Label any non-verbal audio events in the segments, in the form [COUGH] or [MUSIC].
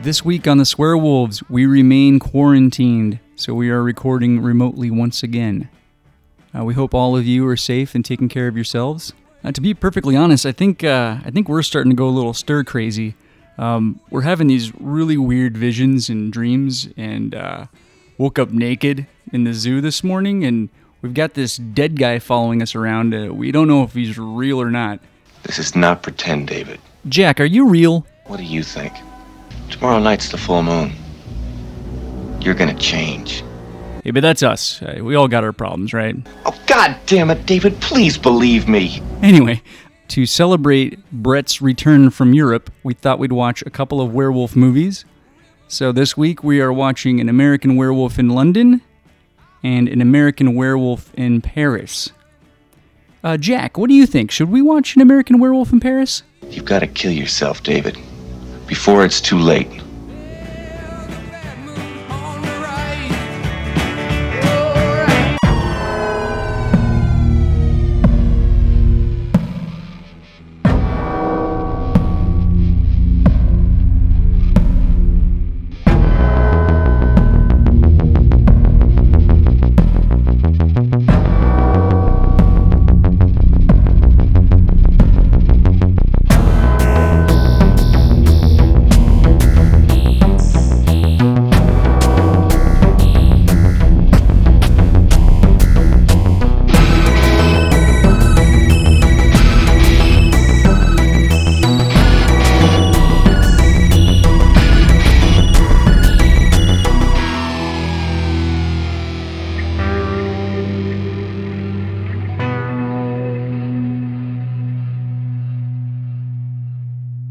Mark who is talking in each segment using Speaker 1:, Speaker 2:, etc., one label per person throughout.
Speaker 1: This week on the Swearwolves, we remain quarantined, so we are recording remotely once again. Uh, we hope all of you are safe and taking care of yourselves. Uh, to be perfectly honest, I think uh, I think we're starting to go a little stir crazy. Um, we're having these really weird visions and dreams, and uh, woke up naked in the zoo this morning, and we've got this dead guy following us around. Uh, we don't know if he's real or not.
Speaker 2: This is not pretend, David.
Speaker 1: Jack, are you real?
Speaker 2: What do you think? Tomorrow night's the full moon. You're gonna change.
Speaker 1: Hey, but that's us. Uh, we all got our problems, right?
Speaker 2: Oh, god damn it, David, please believe me.
Speaker 1: Anyway, to celebrate Brett's return from Europe, we thought we'd watch a couple of werewolf movies. So this week we are watching An American Werewolf in London and An American Werewolf in Paris. Uh, Jack, what do you think? Should we watch An American Werewolf in Paris?
Speaker 2: You've gotta kill yourself, David, before it's too late.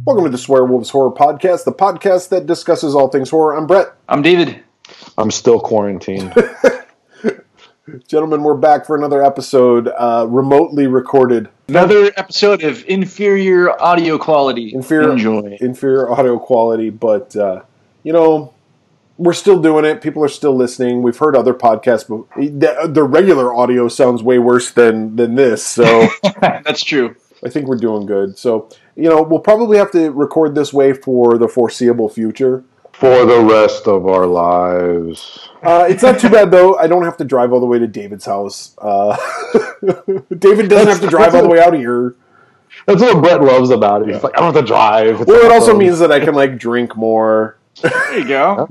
Speaker 3: Welcome to the Swear Wolves Horror Podcast, the podcast that discusses all things horror. I'm Brett.
Speaker 2: I'm David.
Speaker 4: I'm still quarantined.
Speaker 3: Gentlemen, we're back for another episode, uh, remotely recorded.
Speaker 5: [LAUGHS] Another episode of inferior audio quality.
Speaker 3: Inferior,
Speaker 5: Enjoy.
Speaker 3: inferior audio quality, but uh, you know, we're still doing it. People are still listening. We've heard other podcasts, but the, the regular audio sounds way worse than than this. So.
Speaker 5: That's true.
Speaker 3: I think we're doing good. So, you know, we'll probably have to record this way for the foreseeable future.
Speaker 4: for the rest of our lives.
Speaker 3: Uh, it's not too bad though. I don't have to drive all the way to David's house. Uh, [LAUGHS] David doesn't have to drive all the way out here.
Speaker 4: That's what Brett loves about it. He's like, I don't have to drive. It's
Speaker 3: Well, it also
Speaker 4: awesome.
Speaker 3: means that I can like drink more.
Speaker 5: There you go.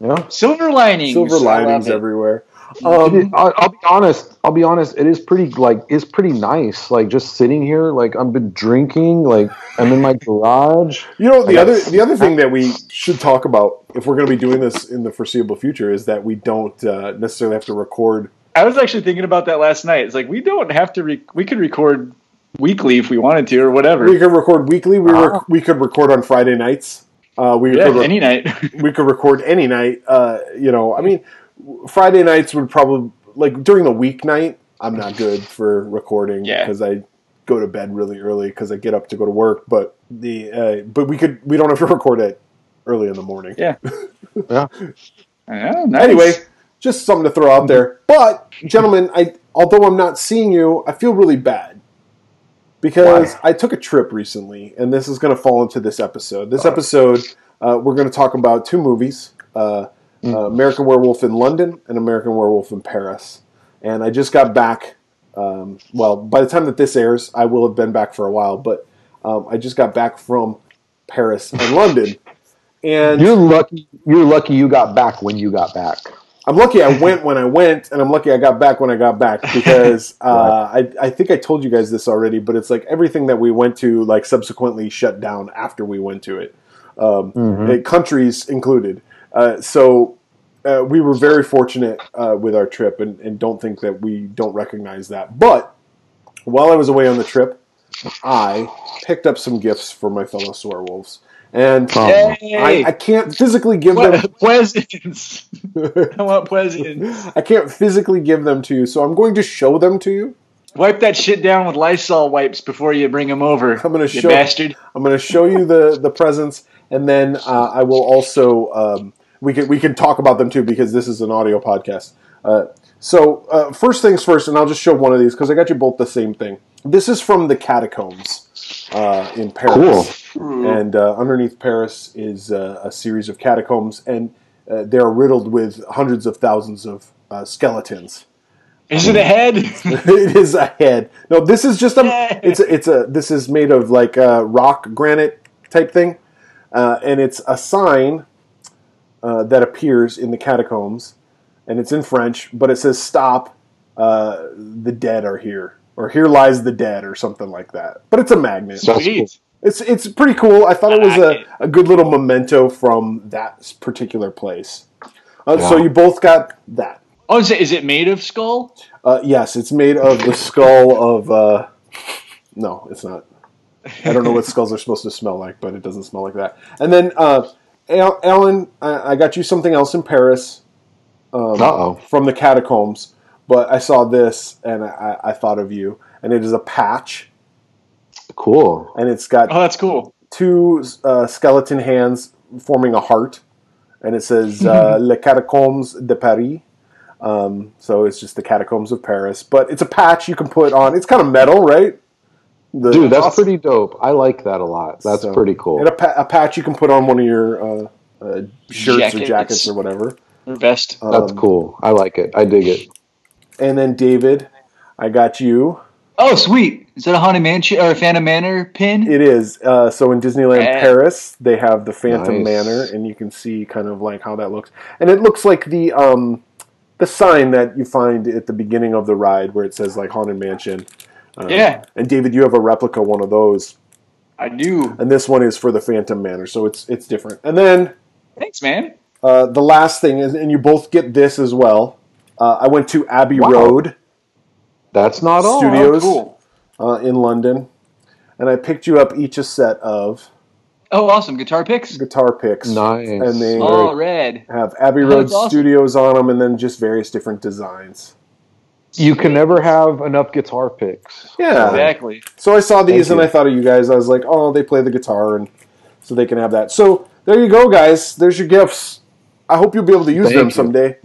Speaker 4: Yeah.
Speaker 5: Silver linings.
Speaker 3: Silver
Speaker 5: I love
Speaker 3: linings
Speaker 5: it.
Speaker 3: everywhere.
Speaker 4: It-
Speaker 3: Um,
Speaker 4: I- I'll be honest. I'll be honest. It is pretty like it's pretty nice. Like just sitting here. Like I've been drinking. Like I'm in my garage.
Speaker 3: you know the other the other thing that we should talk about if we're going to be doing this in the foreseeable future is that we don't uh, necessarily have to record.
Speaker 5: I was actually thinking about that last night. It's like we don't have to. Re- we could record weekly if we wanted to, or whatever.
Speaker 3: We could record weekly. We rec- we could record on Friday nights. Uh, we
Speaker 5: yeah,
Speaker 3: could re-
Speaker 5: any night. [LAUGHS]
Speaker 3: we could record any night. Uh, you know, I mean, Friday nights would probably like during the weeknight. I'm not good for recording
Speaker 5: Yeah.
Speaker 3: because I go to bed really early because I get up to go to work. But the uh, but we could we don't have to [LAUGHS] record it early in the morning.
Speaker 5: Yeah.
Speaker 4: Yeah.
Speaker 5: Yeah, nice.
Speaker 3: Anyway, just something to throw out there. But gentlemen, I although I'm not seeing you, I feel really bad. Because I took a trip recently, and this is going to fall into this episode. This episode, uh, we're going to talk about two movies uh, uh, American Werewolf in London and American Werewolf in Paris. And I just got back. Um, well, by the time that this airs, I will have been back for a while, but um, I just got back from Paris and London. And
Speaker 4: You're lucky. You're lucky. You got back when you got back.
Speaker 3: I'm lucky I went when I went, and I'm lucky I got back when I got back because uh, I, I think I told you guys this already, but it's like everything that we went to like subsequently shut down after we went to it, um,
Speaker 4: Hmm. Mm-hmm.
Speaker 3: uh, countries included. Uh, so uh, we were very fortunate uh, with our trip, and, and don't think that we don't recognize that. But while I was away on the trip, I picked up some gifts for my fellow swearwolves, and
Speaker 4: Um,
Speaker 3: I,
Speaker 5: Yay!
Speaker 3: I can't physically give them.
Speaker 5: Ple- pleasants. [LAUGHS]
Speaker 3: [LAUGHS]
Speaker 5: I want pleasants.
Speaker 3: I can't physically give them to you, so I'm going to show them to you.
Speaker 5: Wipe that shit down with Lysol wipes before you bring them over.
Speaker 3: I'm gonna
Speaker 5: you
Speaker 3: show-
Speaker 5: bastard.
Speaker 3: I'm going to show you the the presents, and then uh, I will also um, we can we can talk about them too because this is an audio podcast. Uh, so uh, first things first, and I'll just show one of these because I got you both the same thing. This is from the catacombs uh, in Paris.
Speaker 4: Cool.
Speaker 3: and uh, underneath Paris is uh, a series of catacombs, and uh, they are riddled with hundreds of thousands of uh, skeletons.
Speaker 5: Is it a
Speaker 3: [LAUGHS]
Speaker 5: head?
Speaker 3: it is a head. No, this is just a. It's a, it's a. This is made of like uh, rock granite type thing, uh, and it's a sign uh, that appears in the catacombs, and it's in French, but it says "Stop, uh, the dead are here," or "Here lies the dead," or something like that. But it's a magnet.
Speaker 4: So- That's
Speaker 5: Sweet.
Speaker 3: It's it's pretty cool. I thought it was
Speaker 5: I like
Speaker 3: a, a good little memento from that particular place. Uh, So
Speaker 4: Yeah.
Speaker 3: you both got that.
Speaker 5: Oh, is it, is it made of skull?
Speaker 3: Uh, yes, it's made of the skull of. Uh, no, it's not. I don't know what skulls are supposed to smell like, but it doesn't smell like that. And then, uh, Al- Alan, I-, I got you something else in Paris
Speaker 4: Uh oh.
Speaker 3: from the catacombs, but I saw this and I, I I thought of you. And it is a patch,
Speaker 4: Cool.
Speaker 3: and it's got
Speaker 5: Oh, that's cool.
Speaker 3: two uh, skeleton hands forming a heart, and it says uh,
Speaker 4: Mm-hmm.
Speaker 3: "Les Catacombes de Paris." Um, so it's just the catacombs of Paris, but it's a patch you can put on. It's kind of metal, right? The-
Speaker 4: Dude, that's pretty dope. I like that a lot. That's
Speaker 3: so-
Speaker 4: pretty cool.
Speaker 3: And a, pa- a patch you can put on one of your uh, uh, shirts or
Speaker 5: Jackets.
Speaker 3: jackets or whatever.
Speaker 5: Or vest.
Speaker 4: That's
Speaker 3: Um,
Speaker 4: cool. I like it. I dig it.
Speaker 3: And then David, I got you.
Speaker 5: oh, sweet. Is that a Haunted Mansion or a Phantom Manor pin?
Speaker 3: It is uh, so in Disneyland
Speaker 5: Yeah.
Speaker 3: Paris, they have the Phantom
Speaker 4: Nice.
Speaker 3: Manor, and you can see kind of like how that looks, and it looks like the um, the sign that you find at the beginning of the ride where it says like Haunted Mansion. Uh,
Speaker 5: Yeah.
Speaker 3: And David, you have a replica one of those,
Speaker 5: I do.
Speaker 3: and this one is for the Phantom Manor, so it's it's different. And then
Speaker 5: Thanks, man.
Speaker 3: uh, the last thing is, and you both get this as well. Uh, I went to Abbey
Speaker 4: Wow.
Speaker 3: Road
Speaker 4: That's not all.
Speaker 3: Studio- Videos?
Speaker 5: Oh, cool.
Speaker 3: uh, in London, and I picked you up each a set of
Speaker 5: Oh, awesome. Guitar picks.
Speaker 3: guitar picks.
Speaker 4: Nice.
Speaker 3: And they
Speaker 5: All red.
Speaker 3: have Abbey
Speaker 5: Oh,
Speaker 3: Road
Speaker 5: that's awesome.
Speaker 3: Studios on them, and then just various different designs.
Speaker 4: You can never have enough guitar picks.
Speaker 3: Yeah.
Speaker 5: Exactly.
Speaker 3: So I saw these, and
Speaker 4: Thank you.
Speaker 3: I thought of you guys. I was like, oh, they play the guitar, and so they can have that. So there you go, guys. There's your gifts. I hope you'll be able to use
Speaker 4: Thank
Speaker 3: them
Speaker 4: you.
Speaker 3: someday.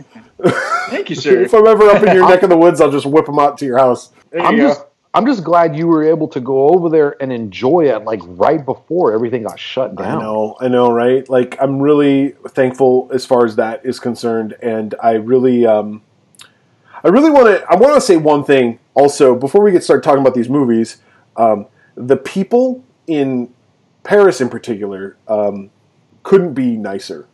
Speaker 5: Thank you,
Speaker 3: [LAUGHS]
Speaker 5: sir.
Speaker 3: If I'm ever up in
Speaker 4: [LAUGHS]
Speaker 3: your neck of the woods, I'll just whip them out to your house.
Speaker 5: There you
Speaker 4: I'm
Speaker 5: go.
Speaker 4: just I'm just glad you were able to go over there and enjoy it like right before everything got shut
Speaker 3: I
Speaker 4: down.
Speaker 3: know, I know, right? Like, I'm really thankful as far as that is concerned, and I really, um, I really want to, I want to say one thing also before we get started talking about these movies. Um, the people in Paris, in particular, um, couldn't be nicer.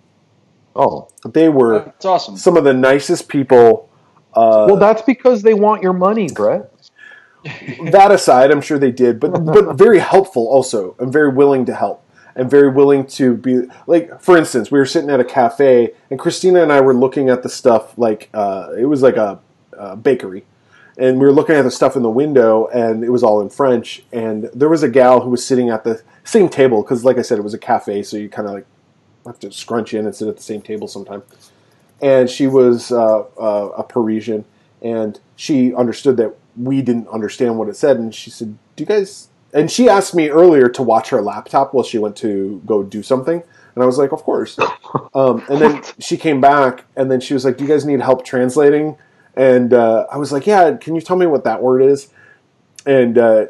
Speaker 4: Oh.
Speaker 3: They were
Speaker 5: That's awesome.
Speaker 3: some of the nicest people. Uh,
Speaker 4: Well, that's because they want your money, Brett.
Speaker 3: [LAUGHS] that aside, I'm sure they did, but but very helpful also, and very willing to help, and very willing to be like. For instance, we were sitting at a cafe, and Christina and I were looking at the stuff like uh, it was like a, a bakery, and we were looking at the stuff in the window, and it was all in French, and there was a gal who was sitting at the same table because, like I said, it was a cafe, so you kind of like have to scrunch in and sit at the same table sometimes and she was uh, uh, a Parisian, and she understood that we didn't understand what it said, and she said, "Do you guys?" And she asked me earlier to watch her laptop while she went to go do something, and I was like, "Of course." Um, and then she came back, and then she was like, "Do you guys need help translating?" And uh, I was like, "Yeah, can you tell me what that word is?" And uh,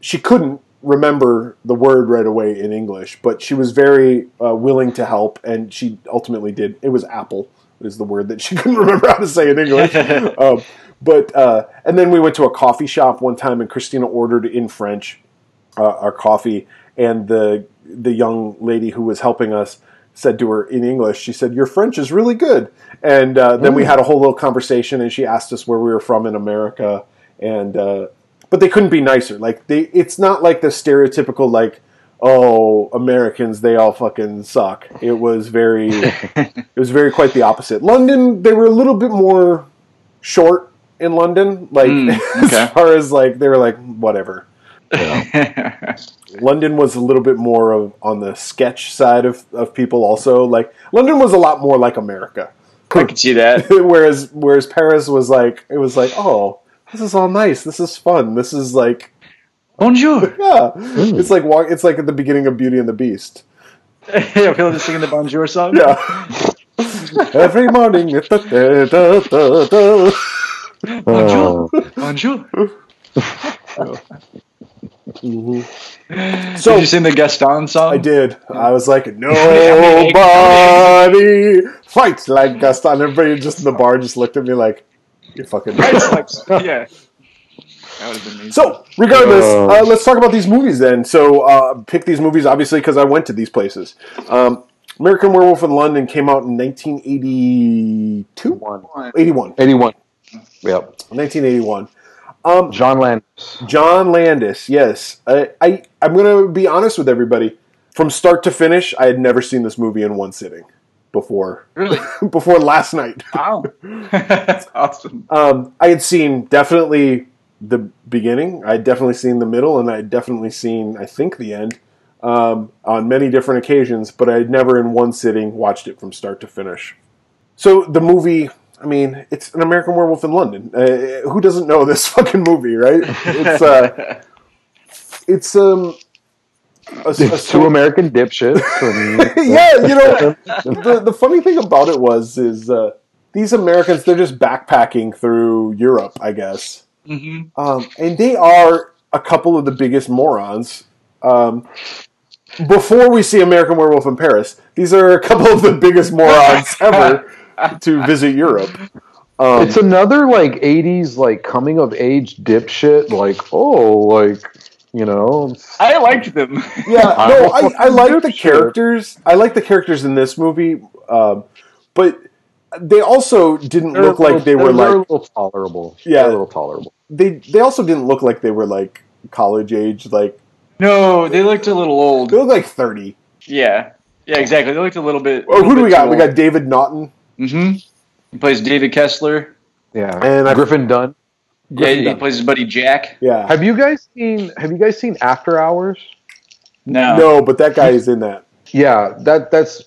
Speaker 3: she couldn't remember the word right away in English, but she was very uh, willing to help, and she ultimately did. It was apple is the word that she [LAUGHS] couldn't remember how to say in English. um, but uh, and then we went to a coffee shop one time, and Christina ordered in French uh, our coffee, and the the young lady who was helping us said to her in English, she said, "Your French is really good." And uh, then we had a whole little conversation, and she asked us where we were from in America, and uh, but they couldn't be nicer. Like they, it's not like the stereotypical like. Oh, Americans, they all fucking suck. It was very, it was very quite the opposite. London, they were a little bit more short in London. Like,
Speaker 5: okay.
Speaker 3: [LAUGHS] as far as like, they were like, whatever. London was a little bit more of on the sketch side of, of people also. Like London was a lot more like America.
Speaker 5: I can see that.
Speaker 3: [LAUGHS] whereas whereas Paris was like it was like, oh, this is all nice. This is fun. This is like
Speaker 5: [LAUGHS] Bonjour.
Speaker 3: yeah.
Speaker 5: Hmm.
Speaker 3: It's like walk it's like at the beginning of Beauty and the Beast.
Speaker 5: I feel like singing the Bonjour song.
Speaker 3: Yeah. [LAUGHS] Every morning it's da- da- da- da- da.
Speaker 4: Uh,
Speaker 5: Bonjour. So, Have you seen the Gaston song?
Speaker 3: I did. I was
Speaker 5: [LAUGHS]
Speaker 3: like, nobody fights like Gaston. Everybody just in the bar just looked at me like, you're fucking
Speaker 5: Right,
Speaker 3: right.
Speaker 5: it's
Speaker 4: [LAUGHS]
Speaker 5: like- yeah. That would have been amazing.
Speaker 3: So, regardless,
Speaker 4: Oh.
Speaker 3: uh, let's talk about these movies then. So, uh, pick these movies obviously because I went to these places. Um, American Werewolf in London came out in 1982,
Speaker 4: One.
Speaker 3: 81,
Speaker 4: 81. Yep.
Speaker 3: 1981.
Speaker 4: John Landis.
Speaker 3: John Landis, yes. I, I I'm gonna be honest with everybody. From start to finish, I had never seen this movie in one sitting before.
Speaker 5: [LAUGHS]
Speaker 3: [LAUGHS]
Speaker 5: really,
Speaker 3: before last night.
Speaker 5: wow, that's awesome.
Speaker 3: Um, I had seen definitely the beginning. I had definitely seen the middle, and I had definitely seen I think the end um, on many different occasions. But I had never in one sitting watched it from start to finish. So the movie. I mean, it's an American Werewolf in London. Uh, who doesn't know this [LAUGHS] fucking movie, right? It's uh, it's um, a, a-
Speaker 4: It's two American [LAUGHS] dipshits. And,
Speaker 3: [LAUGHS] yeah, you
Speaker 4: [LAUGHS]
Speaker 3: know, the, the funny thing about it was is uh, these Americans they're just backpacking through Europe, I guess,
Speaker 5: Mhm.
Speaker 4: Mm-hmm.
Speaker 3: um, and they are a couple of the biggest morons. Um, before we see American Werewolf in Paris, these are a couple of the biggest
Speaker 4: [LAUGHS]
Speaker 3: morons ever to visit Europe. Um,
Speaker 4: It's another like '80s like coming of age dipshit. Like oh, like you know,
Speaker 5: I liked them. [LAUGHS]
Speaker 3: Yeah,
Speaker 4: I'm
Speaker 3: no,
Speaker 4: a fucking
Speaker 3: I, I like the
Speaker 4: dipshit.
Speaker 3: characters. I like the characters in this movie, um, but they also didn't
Speaker 4: They're
Speaker 3: look
Speaker 4: a little-
Speaker 3: like they were
Speaker 4: they're- they're a
Speaker 3: like
Speaker 4: little tolerable.
Speaker 3: Yeah.
Speaker 4: They're a little tolerable.
Speaker 3: they. They also didn't look like they were like college age. Like
Speaker 5: No, they looked a little old.
Speaker 3: they look like thirty.
Speaker 5: Yeah, yeah, exactly. They looked a little bit.
Speaker 3: Oh, who do we got? We got David Naughton.
Speaker 5: hmm He plays David Kessler.
Speaker 4: Yeah,
Speaker 3: And
Speaker 4: and
Speaker 3: I-
Speaker 4: Griffin Dunn.
Speaker 5: yeah, he
Speaker 3: Griffin.
Speaker 5: plays his buddy Jack.
Speaker 3: Yeah,
Speaker 4: Have you guys seen? Have you guys seen After Hours?
Speaker 5: No,
Speaker 3: no, but that guy is in that.
Speaker 4: Yeah, that that's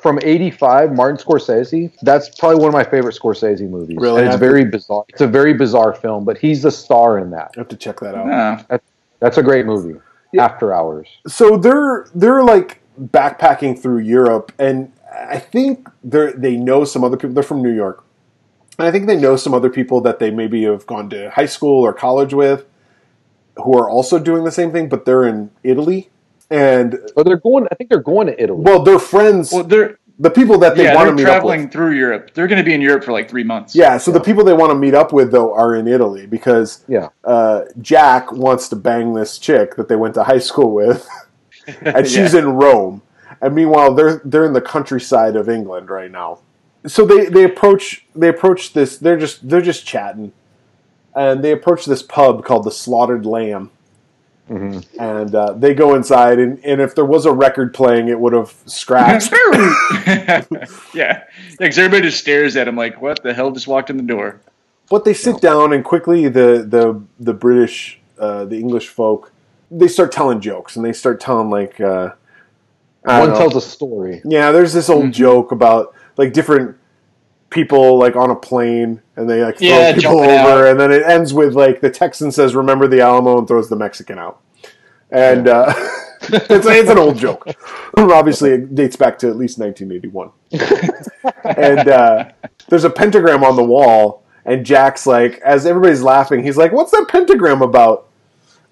Speaker 4: from '85. Martin Scorsese. That's probably one of my favorite Scorsese movies.
Speaker 3: Really?
Speaker 4: and it's very bizarre. It's a very bizarre film, but he's the star in that.
Speaker 3: I have to check that
Speaker 5: [LAUGHS]
Speaker 3: out.
Speaker 5: No.
Speaker 4: That's a great movie. After Hours.
Speaker 3: so they're they're like backpacking through Europe, and I think they they know some other people. They're from New York, and I think they know some other people that they maybe have gone to high school or college with, who are also doing the same thing, but they're in Italy, and
Speaker 4: But they're going. I think they're going to Italy.
Speaker 3: well, they're friends.
Speaker 5: Well, they're
Speaker 3: the people that they
Speaker 5: yeah,
Speaker 3: want
Speaker 5: they're
Speaker 3: to meet up with.
Speaker 5: traveling through Europe. They're going to be in Europe for like three months. [LAUGHS]
Speaker 3: Yeah, so the people they want to meet up with though are in Italy because
Speaker 4: yeah.
Speaker 3: uh, Jack wants to bang this chick that they went to high school with, and she's in Rome. And meanwhile, they're they're in the countryside of England right now. So they, they approach they approach this. They're just they're just chatting, and they approach this pub called the Slaughtered Lamb. And uh, they go inside, and, and if there was a record playing, it would have scratched.
Speaker 5: yeah, [LAUGHS] yeah. Because everybody just stares at him like, "What the hell just walked in the door?"
Speaker 3: But they sit down and quickly the the the British uh, the English folk they start telling jokes and they start telling like uh, I don't
Speaker 4: One
Speaker 3: know.
Speaker 4: tells a story.
Speaker 3: yeah there's this
Speaker 5: Mm-hmm.
Speaker 3: old joke about like different people like on a plane and they like throw
Speaker 5: Yeah,
Speaker 3: people
Speaker 5: jumping
Speaker 3: over and then it ends with like the Texan says remember the Alamo and throws the Mexican out and uh, [LAUGHS] it's it's an old joke [LAUGHS] obviously it dates back to at least 1981 [LAUGHS] and uh, there's a pentagram on the wall, and Jack's like, as everybody's laughing, he's like, "What's that pentagram about?"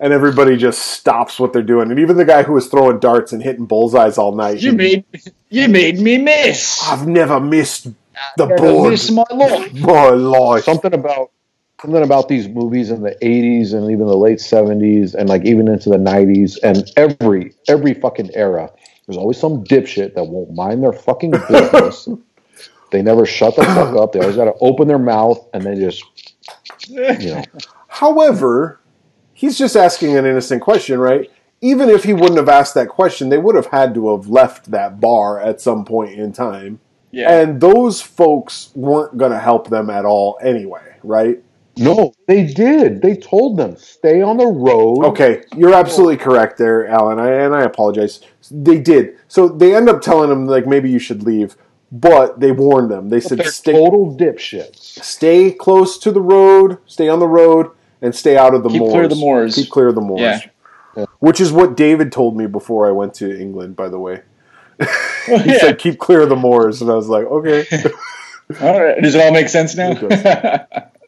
Speaker 3: And everybody just stops what they're doing, and even the guy who was throwing darts and hitting bullseyes all night.
Speaker 5: You
Speaker 3: he-
Speaker 5: made you made me miss.
Speaker 3: I've never missed the
Speaker 5: I
Speaker 3: board.
Speaker 5: miss my life.
Speaker 3: My life.
Speaker 4: Something about something about these movies in the '80s and even the late '70s and like even into the '90s and every every fucking era. There's always some dipshit that won't mind their fucking business. they never shut the fuck up. They always got to open their mouth and they just you know.
Speaker 3: However, he's just asking an innocent question, right? Even if he wouldn't have asked that question, they would have had to have left that bar at some point in time.
Speaker 5: Yeah,
Speaker 3: And those folks weren't going to help them at all anyway, right?
Speaker 4: No, they did. They told them stay on the road.
Speaker 3: Okay, you're absolutely correct there, Alan. I, and I apologize. They did. So they end up telling him like maybe you should leave, but they warned them. They said
Speaker 4: They're
Speaker 3: stay
Speaker 4: total dipshits.
Speaker 3: stay close to the road, stay on the road, and stay out of the
Speaker 5: Keep
Speaker 3: moors.
Speaker 5: clear of the moors.
Speaker 3: Keep clear of the moors.
Speaker 5: Yeah.
Speaker 3: Which is what David told me before I went to England. By the way,
Speaker 5: [LAUGHS]
Speaker 3: he
Speaker 5: Yeah.
Speaker 3: said keep clear of the
Speaker 5: [LAUGHS]
Speaker 3: moors, and I was like, okay.
Speaker 5: All right. Does it all make sense now?
Speaker 3: It
Speaker 5: [LAUGHS]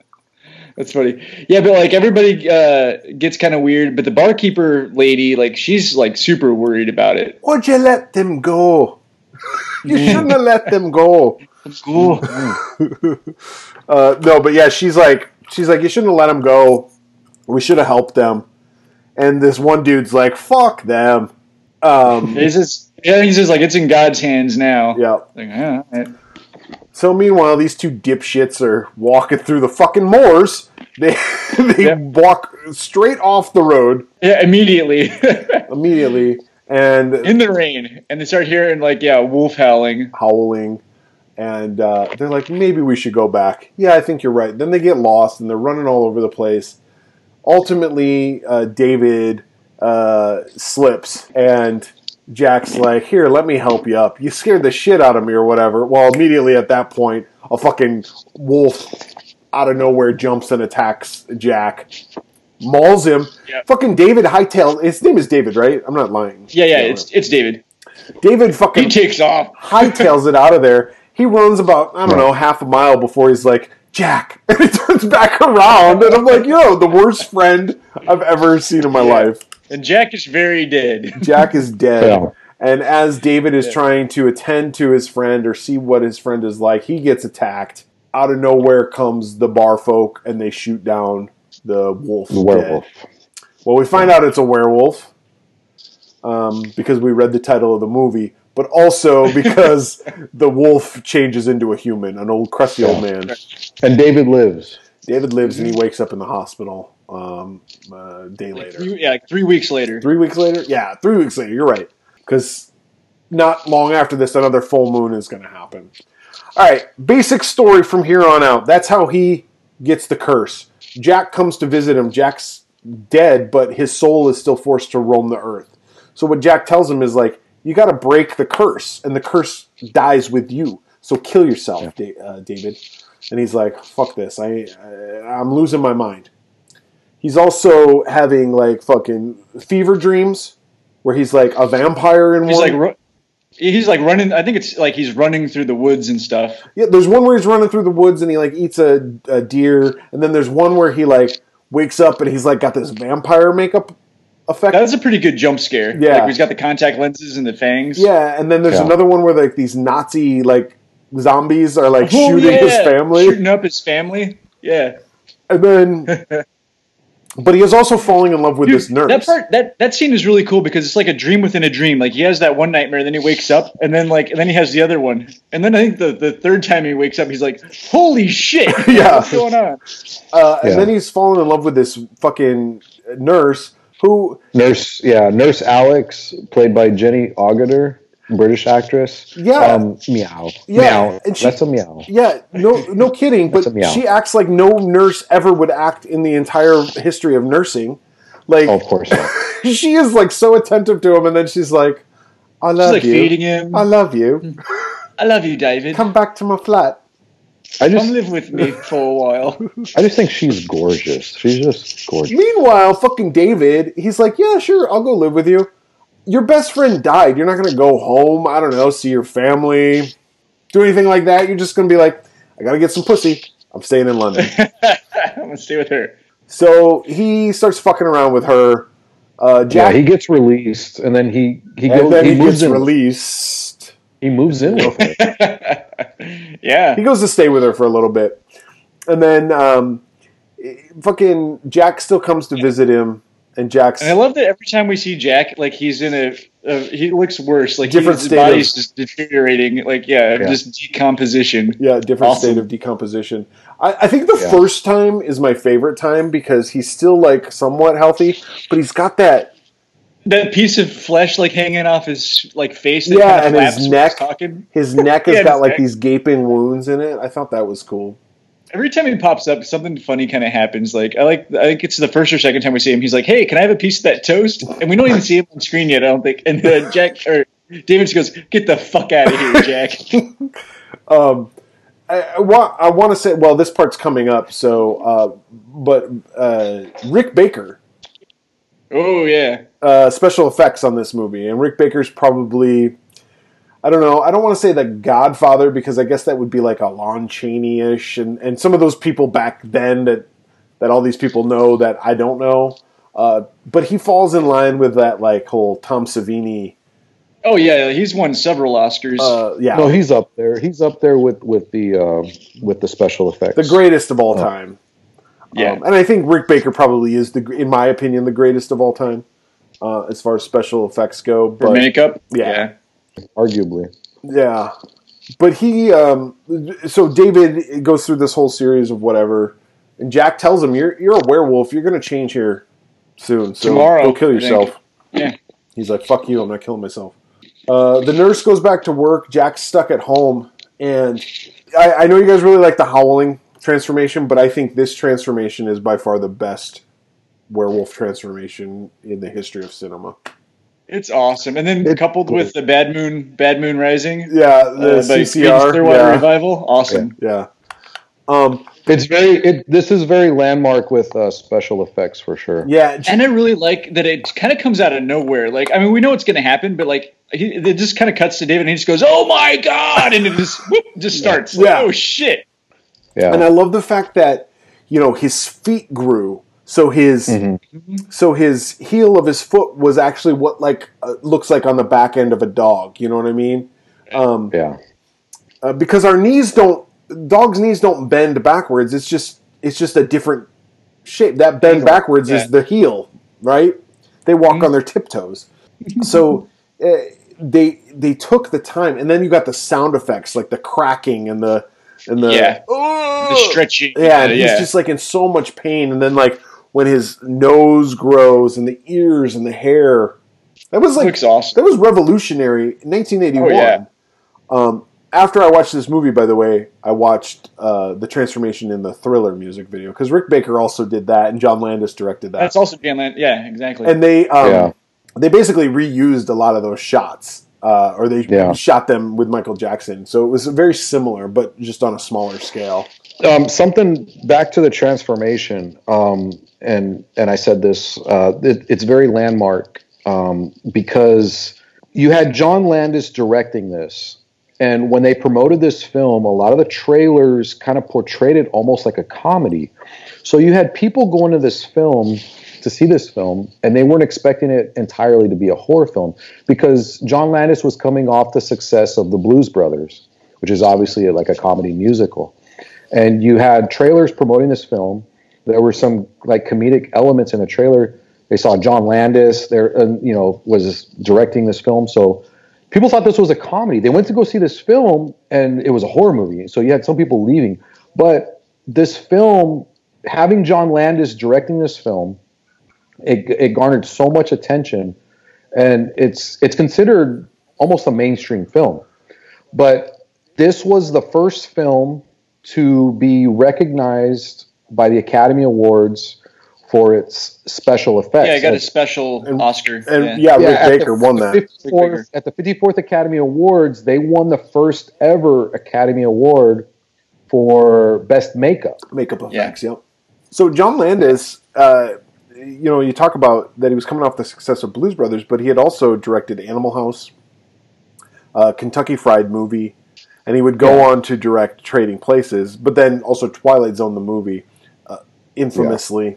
Speaker 5: That's funny. Yeah, but like everybody uh, gets kind of weird. But the barkeeper lady, like she's like super worried about it.
Speaker 3: Would you let them go? you
Speaker 5: Mm.
Speaker 3: shouldn't have let them go.
Speaker 5: Cool.
Speaker 3: Uh, no, but yeah, she's like, she's like, you shouldn't have let them go. We should have helped them. And this one dude's like, fuck them.
Speaker 5: [LAUGHS]
Speaker 3: Um,
Speaker 5: It's just yeah. He's just like it's in God's hands now.
Speaker 3: yeah.
Speaker 5: Like, yeah, all right.
Speaker 3: So meanwhile, these two dipshits are walking through the fucking moors. They [LAUGHS] they
Speaker 5: Yeah.
Speaker 3: walk straight off the road
Speaker 5: yeah. Immediately [LAUGHS]
Speaker 3: immediately and
Speaker 5: in the rain, and they start hearing like yeah, wolf howling.
Speaker 3: howling. And uh, they're like, maybe we should go back. Yeah, I think you're right. Then they get lost and they're running all over the place. Ultimately, uh, David uh, slips and Jack's like, here, let me help you up. You scared the shit out of me or whatever. Well, immediately at that point, a fucking wolf out of nowhere jumps and attacks Jack. Mauls him.
Speaker 5: Yeah.
Speaker 3: Fucking David Hightail. His name is David, right? I'm not lying.
Speaker 5: Yeah, yeah. It's it's David.
Speaker 3: David
Speaker 5: He
Speaker 3: fucking
Speaker 5: takes off.
Speaker 3: hightails it out of there. He runs about, I don't know, half a mile before he's like, Jack. [LAUGHS] And he turns back around. And I'm like, yo, the worst friend I've ever seen in my life.
Speaker 5: And Jack is very dead. [LAUGHS]
Speaker 3: Jack is dead.
Speaker 4: Yeah.
Speaker 3: And as David is trying to attend to his friend or see what his friend is like, he gets attacked. Out of nowhere comes the bar folk and they shoot down the wolf.
Speaker 4: The werewolf.
Speaker 3: dead. Well, we find out it's a werewolf um, because we read the title of the movie, but
Speaker 5: [LAUGHS]
Speaker 3: also because the wolf changes into a human, an old crusty old man.
Speaker 4: And David lives.
Speaker 3: David lives and he wakes up in the hospital um, a day later.
Speaker 5: Three- yeah, Mm-hmm. like three weeks later.
Speaker 3: Three weeks later? Yeah, three weeks later. You're right. Because not long after this, another full moon is going to happen. All right, basic story from here on out. That's how he gets the curse. Jack comes to visit him. Jack's dead, but his soul is still forced to roam the earth. So what Jack tells him is like, you got to break the curse, and the curse dies with you. So kill yourself, Da- uh, David. And he's like, fuck this. I, I I'm losing my mind. He's also having like fucking fever dreams where he's like a vampire in
Speaker 5: He's
Speaker 3: one.
Speaker 5: like ru- he's like running. I think it's like he's running through the woods and stuff.
Speaker 3: Yeah, there's one where he's running through the woods and he like eats a, a deer, and then there's one where he like wakes up and he's like got this vampire makeup effect.
Speaker 5: That was a pretty good jump scare.
Speaker 3: Yeah.
Speaker 5: like, he's got the contact lenses and the fangs.
Speaker 3: yeah, and then there's
Speaker 4: Yeah.
Speaker 3: another one where like these Nazi like zombies are like
Speaker 5: [LAUGHS] Oh,
Speaker 3: shooting his
Speaker 5: yeah.
Speaker 3: family,
Speaker 5: shooting up his family. Yeah,
Speaker 3: and
Speaker 5: [LAUGHS]
Speaker 3: then. But he is also falling in love with this nurse.
Speaker 5: That part, that that scene is really cool because it's like a dream within a dream. Like he has that one nightmare, then he wakes up, and then like, and then he has the other one, and then I think the the third time he wakes up, he's like, "Holy
Speaker 3: [LAUGHS]
Speaker 5: shit,
Speaker 3: Yeah.
Speaker 5: what's going on?"
Speaker 3: uh, and
Speaker 4: Yeah.
Speaker 3: then he's fallen in love with this fucking nurse who,
Speaker 4: Nurse, yeah, Nurse Alex, played by Jenny Augator, British actress.
Speaker 3: Yeah.
Speaker 4: um, meow,
Speaker 3: Yeah,
Speaker 4: meow.
Speaker 3: and she-
Speaker 4: That's a meow.
Speaker 3: yeah, no,
Speaker 4: [LAUGHS]
Speaker 3: no kidding, but
Speaker 4: That's a meow.
Speaker 3: she acts like no nurse ever would act in the entire history of nursing. Like,
Speaker 4: Oh, of course. not.
Speaker 3: she is like so attentive to him, and then she's like, "I
Speaker 5: He's
Speaker 3: love
Speaker 5: like
Speaker 3: you.
Speaker 5: feeding him. Mm-hmm.
Speaker 3: I love you.
Speaker 5: I love you, David. Come,
Speaker 3: Come back to my flat."
Speaker 4: I just,
Speaker 5: live with me for a while. [LAUGHS]
Speaker 4: I just think she's gorgeous. She's just gorgeous.
Speaker 3: Meanwhile, fucking David, he's like, "Yeah, sure, I'll go live with you." Your best friend died. You're not gonna go home. I don't know, see your family, do anything like that. You're just gonna be like, "I gotta get some pussy. I'm staying in
Speaker 5: [LAUGHS]
Speaker 3: London."
Speaker 5: I'm gonna stay with her.
Speaker 3: so he starts fucking around with her. Uh,
Speaker 4: Yeah,
Speaker 3: Jack,
Speaker 4: he gets released, and then he he goes.
Speaker 3: and then
Speaker 4: he,
Speaker 3: he,
Speaker 4: moves
Speaker 3: gets
Speaker 4: in.
Speaker 3: released.
Speaker 4: He moves in with her.
Speaker 3: [LAUGHS]
Speaker 5: Yeah,
Speaker 3: he goes to stay with her for a little bit, and then um, fucking Jack still comes to visit him, and Jack's
Speaker 5: And I love that every time we see Jack, like he's in a, a he looks worse. Like
Speaker 3: Different
Speaker 5: his
Speaker 3: state
Speaker 5: body's
Speaker 3: of-
Speaker 5: just deteriorating. Like yeah,
Speaker 4: Yeah.
Speaker 5: just decomposition.
Speaker 3: yeah different
Speaker 5: Awesome.
Speaker 3: state of decomposition. I, I think the
Speaker 4: Yeah.
Speaker 3: first time is my favorite time because he's still like somewhat healthy, but he's got that
Speaker 5: That piece of flesh like hanging off his like face. That
Speaker 3: Yeah,
Speaker 5: kinda
Speaker 3: and his
Speaker 5: flaps when he's
Speaker 3: neck.
Speaker 5: Talking. [LAUGHS]
Speaker 3: his neck has
Speaker 5: Yeah,
Speaker 3: got
Speaker 5: his
Speaker 3: like
Speaker 5: neck.
Speaker 3: these gaping wounds in it. I thought that was cool.
Speaker 5: Every time he pops up, something funny kind of happens. Like I like I think it's the first or second time we see him. He's like, "Hey, can I have a piece of that toast?" And we don't even see him on screen yet. I don't think. And uh, Jack or David just goes, "Get the fuck out of
Speaker 3: [LAUGHS]
Speaker 5: here, Jack."
Speaker 3: I want I want to say well this part's coming up so uh, but uh, Rick Baker
Speaker 5: oh yeah.
Speaker 3: uh, special effects on this movie, and Rick Baker's probably. I don't know. I don't want to say the Godfather because I guess that would be like a Lon Chaney ish, and, and some of those people back then that that all these people know that I don't know. Uh, but he falls in line with that like whole Tom Savini.
Speaker 5: Oh yeah, he's won several Oscars.
Speaker 3: Uh, yeah,
Speaker 4: No, he's up there. He's up there with with the um, with the special effects.
Speaker 3: the greatest of all time.
Speaker 5: yeah,
Speaker 3: Um, and I think Rick Baker probably is the, in my opinion, the greatest of all time uh, as far as special effects go.
Speaker 5: for
Speaker 3: But
Speaker 5: makeup.
Speaker 3: yeah.
Speaker 4: arguably.
Speaker 3: Yeah, but he. Um, so David goes through this whole series of whatever, and Jack tells him, "You're you're a werewolf. You're going to change here soon. So
Speaker 5: Tomorrow,
Speaker 3: go kill
Speaker 5: I think.
Speaker 3: yourself."
Speaker 5: Yeah.
Speaker 3: He's like, "Fuck you. I'm not killing myself." Uh, the nurse goes back to work. Jack's stuck at home, and I, I know you guys really like the howling transformation, but I think this transformation is by far the best werewolf transformation in the history of cinema.
Speaker 5: It's awesome. And then
Speaker 4: It's
Speaker 5: coupled
Speaker 4: cool.
Speaker 5: with the Bad Moon, Bad Moon Rising,
Speaker 3: Yeah, the
Speaker 5: uh, by Creedence
Speaker 3: CCR.
Speaker 5: Clearwater
Speaker 3: Yeah,
Speaker 5: Revival, awesome.
Speaker 3: yeah. Um,
Speaker 4: It's very. It, this is very landmark with uh, special effects for sure.
Speaker 3: yeah,
Speaker 5: And I really like that it kind of comes out of nowhere. Like, I mean, we know it's going to happen, but like, he, it just kind of cuts to David, and he just goes, "Oh my god!" and it just whoop, just starts. Like,
Speaker 3: Yeah.
Speaker 5: Oh shit!
Speaker 4: Yeah.
Speaker 3: and I love the fact that you know his feet grew, so his
Speaker 5: Mm-hmm.
Speaker 3: so his heel of his foot was actually what like uh, looks like on the back end of a dog. You know what I mean?
Speaker 4: yeah.
Speaker 3: Uh, because our knees don't dogs' knees don't bend backwards. It's just it's just a different shape. That bend backwards
Speaker 5: Yeah. Mm-hmm.
Speaker 3: is the heel, right? They walk on their tiptoes. So uh, they they took the time, and then you got the sound effects like the cracking and the and the
Speaker 5: Yeah.
Speaker 3: "Ugh!"
Speaker 5: The stretching.
Speaker 3: Uh, Yeah, and
Speaker 5: Uh,
Speaker 3: he's
Speaker 5: yeah.
Speaker 3: just like in so much pain, and then like when his nose grows and the ears and the hair, that was like
Speaker 5: Looks awesome.
Speaker 3: That was revolutionary. in 1981.
Speaker 5: Oh, yeah.
Speaker 3: Um, after I watched this movie, by the way, I watched uh, the transformation in the Thriller music video because Rick Baker also did that, and John Landis directed that.
Speaker 5: That's also Dan Land. Yeah, exactly.
Speaker 3: and they um,
Speaker 4: Yeah.
Speaker 3: they basically reused a lot of those shots. Uh, or they
Speaker 4: Yeah.
Speaker 3: shot them with Michael Jackson, so it was very similar, but just on a smaller scale.
Speaker 4: um, something back to the transformation um, and and i said this uh, it, it's very landmark um, because you had john landis directing this and when they promoted this film a lot of the trailers kind of portrayed it almost like a comedy so you had people going to this film to see this film and they weren't expecting it entirely to be a horror film because john landis was coming off the success of the blues brothers which is obviously like a comedy musical and you had trailers promoting this film. There were some like comedic elements in the trailer. They saw John Landis there, uh, you know, was directing this film. So people thought this was a comedy. They went to go see this film, and it was a horror movie. So you had some people leaving, but this film, having John Landis directing this film, it, it garnered so much attention, and it's it's considered almost a mainstream film. But this was the first film to be recognized by the Academy Awards for its special effects.
Speaker 5: yeah, I got a
Speaker 4: Like,
Speaker 5: special Oscar.
Speaker 3: And yeah,
Speaker 4: yeah, at
Speaker 3: Rick Baker
Speaker 4: the
Speaker 3: won that.
Speaker 4: 54th at the 54th Academy Awards, they won the first ever Academy Award for best makeup.
Speaker 3: makeup
Speaker 5: Yeah.
Speaker 3: effects. Yep. So John Landis, uh, you know, you talk about that he was coming off the success of Blues Brothers, but he had also directed Animal House, uh, Kentucky Fried Movie, and he would go on to direct Trading Places, but then also Twilight Zone the movie, uh, infamously.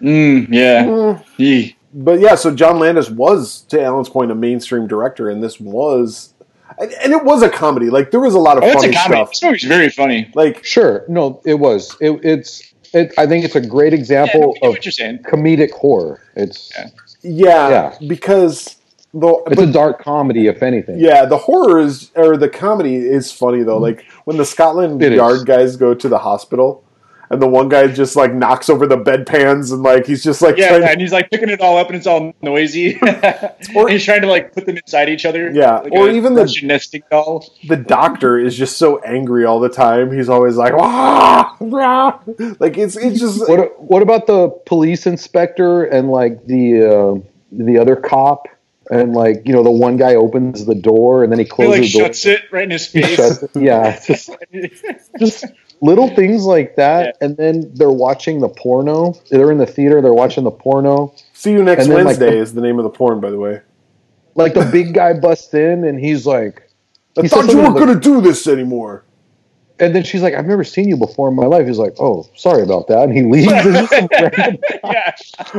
Speaker 5: Mm, yeah. Yee.
Speaker 3: But yeah, so John Landis was, to Alan's point, a mainstream director, and this was, and, and it was a comedy. Like there was a lot of
Speaker 5: Oh, that's
Speaker 3: funny
Speaker 5: a comedy.
Speaker 3: stuff.
Speaker 5: This movie's very funny.
Speaker 3: Like
Speaker 4: Sure, no, it was. It, it's. It, I think it's a great
Speaker 5: Yeah, no,
Speaker 4: example
Speaker 5: I know
Speaker 4: of
Speaker 5: what you're saying.
Speaker 4: comedic horror. It's
Speaker 5: Yeah.
Speaker 3: yeah,
Speaker 4: Yeah.
Speaker 3: because though,
Speaker 4: it's a dark comedy, if anything.
Speaker 3: Yeah, the horror is or the comedy is funny though. Like when the Scotland
Speaker 4: It is.
Speaker 3: Yard guys go to the hospital, and the one guy just like knocks over the bedpans and like he's just like
Speaker 5: Yeah,
Speaker 3: trying-
Speaker 5: and he's like picking it all up, and it's all noisy. [LAUGHS]
Speaker 3: Or-
Speaker 5: or he's trying to like put them inside each other.
Speaker 3: Yeah,
Speaker 5: like
Speaker 3: or
Speaker 5: a
Speaker 3: even the-
Speaker 5: gymnastic doll.
Speaker 3: the doctor is just so angry all the time. He's always like "Wah, rah." like it's it's just
Speaker 4: What What about the police inspector and like the uh, the other cop and like you know the one guy opens the door and then he
Speaker 5: He
Speaker 4: closes
Speaker 5: like
Speaker 4: the door.
Speaker 5: shuts it right in his face. [LAUGHS]
Speaker 4: Shuts it. Yeah, it's just just [LAUGHS] little things like that. And then they're watching the porno. They're in the theater. They're watching the porno.
Speaker 3: see you next
Speaker 4: and then, like,
Speaker 3: Wednesday
Speaker 4: the-
Speaker 3: is the name of the porn by the way.
Speaker 4: Like the big guy busts in and he's like.
Speaker 3: I
Speaker 4: He said
Speaker 3: thought you
Speaker 4: something
Speaker 3: weren't
Speaker 4: to
Speaker 3: gonna
Speaker 4: the-
Speaker 3: do this anymore.
Speaker 4: And then she's like, I've never seen you before in my life. He's like, Oh, sorry about that. And he leaves. [LAUGHS] And just some random-
Speaker 5: yeah.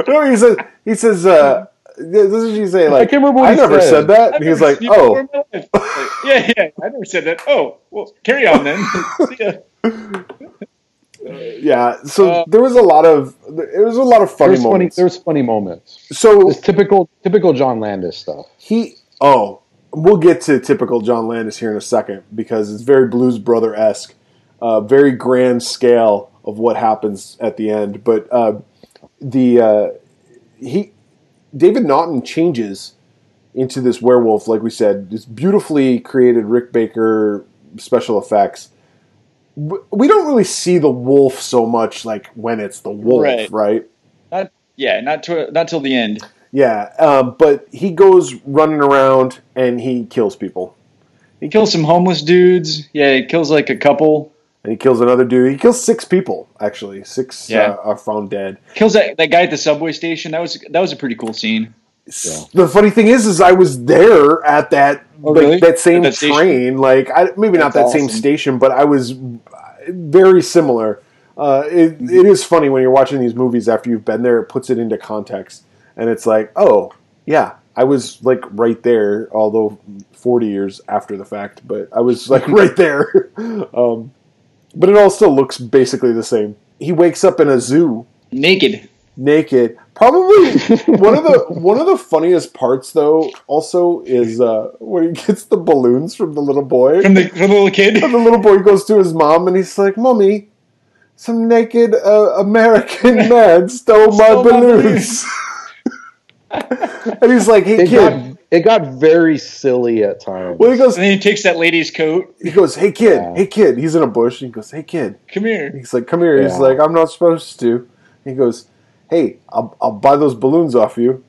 Speaker 3: No, he says. He says. Uh, this is what you say. Like I,
Speaker 4: can't remember what he
Speaker 3: never
Speaker 4: said.
Speaker 3: said that. And
Speaker 5: I've
Speaker 3: he's
Speaker 5: never
Speaker 3: like,
Speaker 5: seen you before
Speaker 3: oh,
Speaker 5: in my life. Like, yeah, yeah. I never said that. Oh, well, carry on then. See ya.
Speaker 3: yeah. So
Speaker 5: Uh,
Speaker 3: there was a lot of it was a lot of [LAUGHS] funny
Speaker 4: there's funny.
Speaker 3: moments.
Speaker 4: There's funny moments.
Speaker 3: so
Speaker 4: It's typical, typical John Landis stuff.
Speaker 3: he oh we'll get to typical john landis here in a second because it's very blues brother-esque uh, very grand scale of what happens at the end but uh, the uh, he david naughton changes into this werewolf like we said this beautifully created rick baker special effects W- we don't really see the wolf so much like when it's the wolf
Speaker 5: Right.
Speaker 3: right?
Speaker 5: Not, yeah, not to, not till the end.
Speaker 3: yeah um, but he goes running around and he kills people
Speaker 5: He kills some homeless dudes. Yeah, he kills like a couple.
Speaker 3: and he kills another dude. He kills six people actually. Six
Speaker 5: Yeah.
Speaker 3: uh, are found dead.
Speaker 5: Kills that, that guy at the subway station. That was that was a pretty cool scene.
Speaker 3: S- The funny thing is, is I was there at that
Speaker 5: Oh,
Speaker 3: like,
Speaker 5: really?
Speaker 3: that same
Speaker 5: At that station?
Speaker 3: train. Like I, maybe not that
Speaker 5: That's
Speaker 3: same
Speaker 5: awesome.
Speaker 3: station, but I was uh, very similar. Uh, it,
Speaker 5: Mm-hmm.
Speaker 3: it is funny when you're watching these movies after you've been there. It puts it into context, and it's like, oh yeah, I was like right there, although 40 years after the fact, but I was
Speaker 5: [LAUGHS]
Speaker 3: like right there. [LAUGHS] Um, but it all still looks basically the same. He wakes up in a zoo
Speaker 5: Naked.
Speaker 3: naked. Probably
Speaker 5: [LAUGHS]
Speaker 3: one of the one of the funniest parts though also is uh, when he gets the balloons from the little boy.
Speaker 5: From the, from the little kid.
Speaker 3: [LAUGHS] the little boy goes to his mom and he's like, "Mommy, some naked uh, American
Speaker 5: [LAUGHS]
Speaker 3: man stole my
Speaker 5: Stole my
Speaker 3: balloons." [LAUGHS] and he's like, "Hey
Speaker 4: It
Speaker 3: kid."
Speaker 4: got, it got very silly at times.
Speaker 3: Well, he goes,
Speaker 5: And then he takes that lady's coat.
Speaker 3: he goes, "Hey kid,
Speaker 4: Yeah.
Speaker 3: hey kid." He's in a bush. And he goes, "Hey kid."
Speaker 5: Come here.
Speaker 3: He's like, "Come here." He's
Speaker 4: Yeah.
Speaker 3: like, "I'm not supposed to." He goes, "Hey, I'll, I'll buy those balloons off you."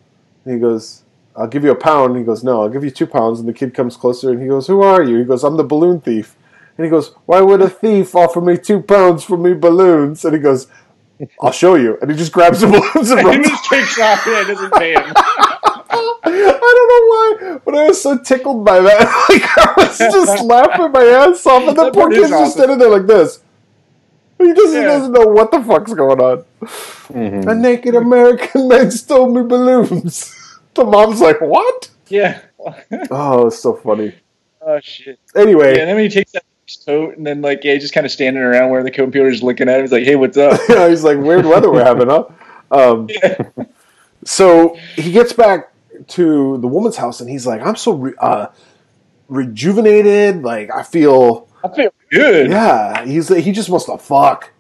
Speaker 3: And he goes, "I'll give you a pound." And he goes, "No, I'll give you two pounds." And the kid comes closer and he goes, "Who are you?" He goes, "I'm the balloon thief." And he goes, "Why would a thief offer me two pounds for me balloons?" And he goes, "I'll show you." And he just grabs the balloons and
Speaker 5: He
Speaker 3: runs.
Speaker 5: just takes off. Yeah, it doesn't pay him.
Speaker 3: I don't know why, but I was so tickled by that. [LAUGHS] Like I was just
Speaker 5: [LAUGHS]
Speaker 3: laughing my ass off, and the
Speaker 5: That
Speaker 3: poor
Speaker 5: part
Speaker 3: kid's
Speaker 5: is
Speaker 3: just
Speaker 5: awesome.
Speaker 3: standing there like this. He just he
Speaker 5: Yeah. Mm-hmm.
Speaker 3: doesn't know what the fuck's going on. A naked American [LAUGHS] man stole me balloons. [LAUGHS] The mom's like, "What?"
Speaker 5: Yeah. [LAUGHS]
Speaker 3: Oh, it's so funny.
Speaker 5: oh, shit.
Speaker 3: Anyway, [LAUGHS]
Speaker 5: Yeah, and then when he takes that lady's coat and then, like, yeah, he's just kind of standing around where the computer's looking at him. He's like, hey, what's up?
Speaker 3: you know, he's like, weird weather we're having,
Speaker 5: [LAUGHS]
Speaker 3: huh? Um, So he gets back to the woman's house and he's like, I'm so re- uh, rejuvenated. Like, I feel,
Speaker 5: I feel [LAUGHS] good.
Speaker 3: yeah, he's he just wants to fuck.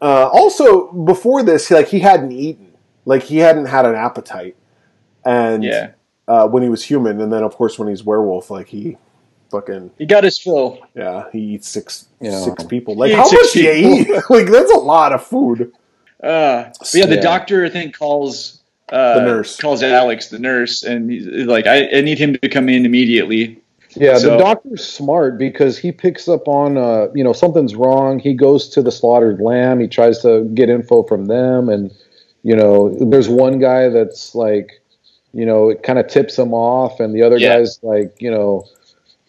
Speaker 3: Uh, also, before this, like he hadn't eaten, like he hadn't had an appetite, and
Speaker 5: [LAUGHS] yeah.
Speaker 3: uh, when he was human, and then of course when he's werewolf, like he fucking
Speaker 5: He got his fill.
Speaker 3: yeah, he eats six
Speaker 4: Yeah.
Speaker 3: six people. Like
Speaker 5: He
Speaker 3: how
Speaker 5: eats six
Speaker 3: much do you eat? [LAUGHS]
Speaker 5: people.
Speaker 3: like that's a lot of food.
Speaker 5: Uh, but yeah, the
Speaker 4: Yeah.
Speaker 5: doctor I think calls uh,
Speaker 3: The nurse.
Speaker 5: calls Alex the nurse, and he's like, I, "I need him to come in immediately."
Speaker 4: Yeah,
Speaker 5: So-
Speaker 4: the doctor's smart because he picks up on uh, you know something's wrong. He goes to the slaughtered lamb. He tries to get info from them, and you know there's one guy that's like, you know, it kind of tips him off, and the other
Speaker 5: Yeah.
Speaker 4: guy's like, you know,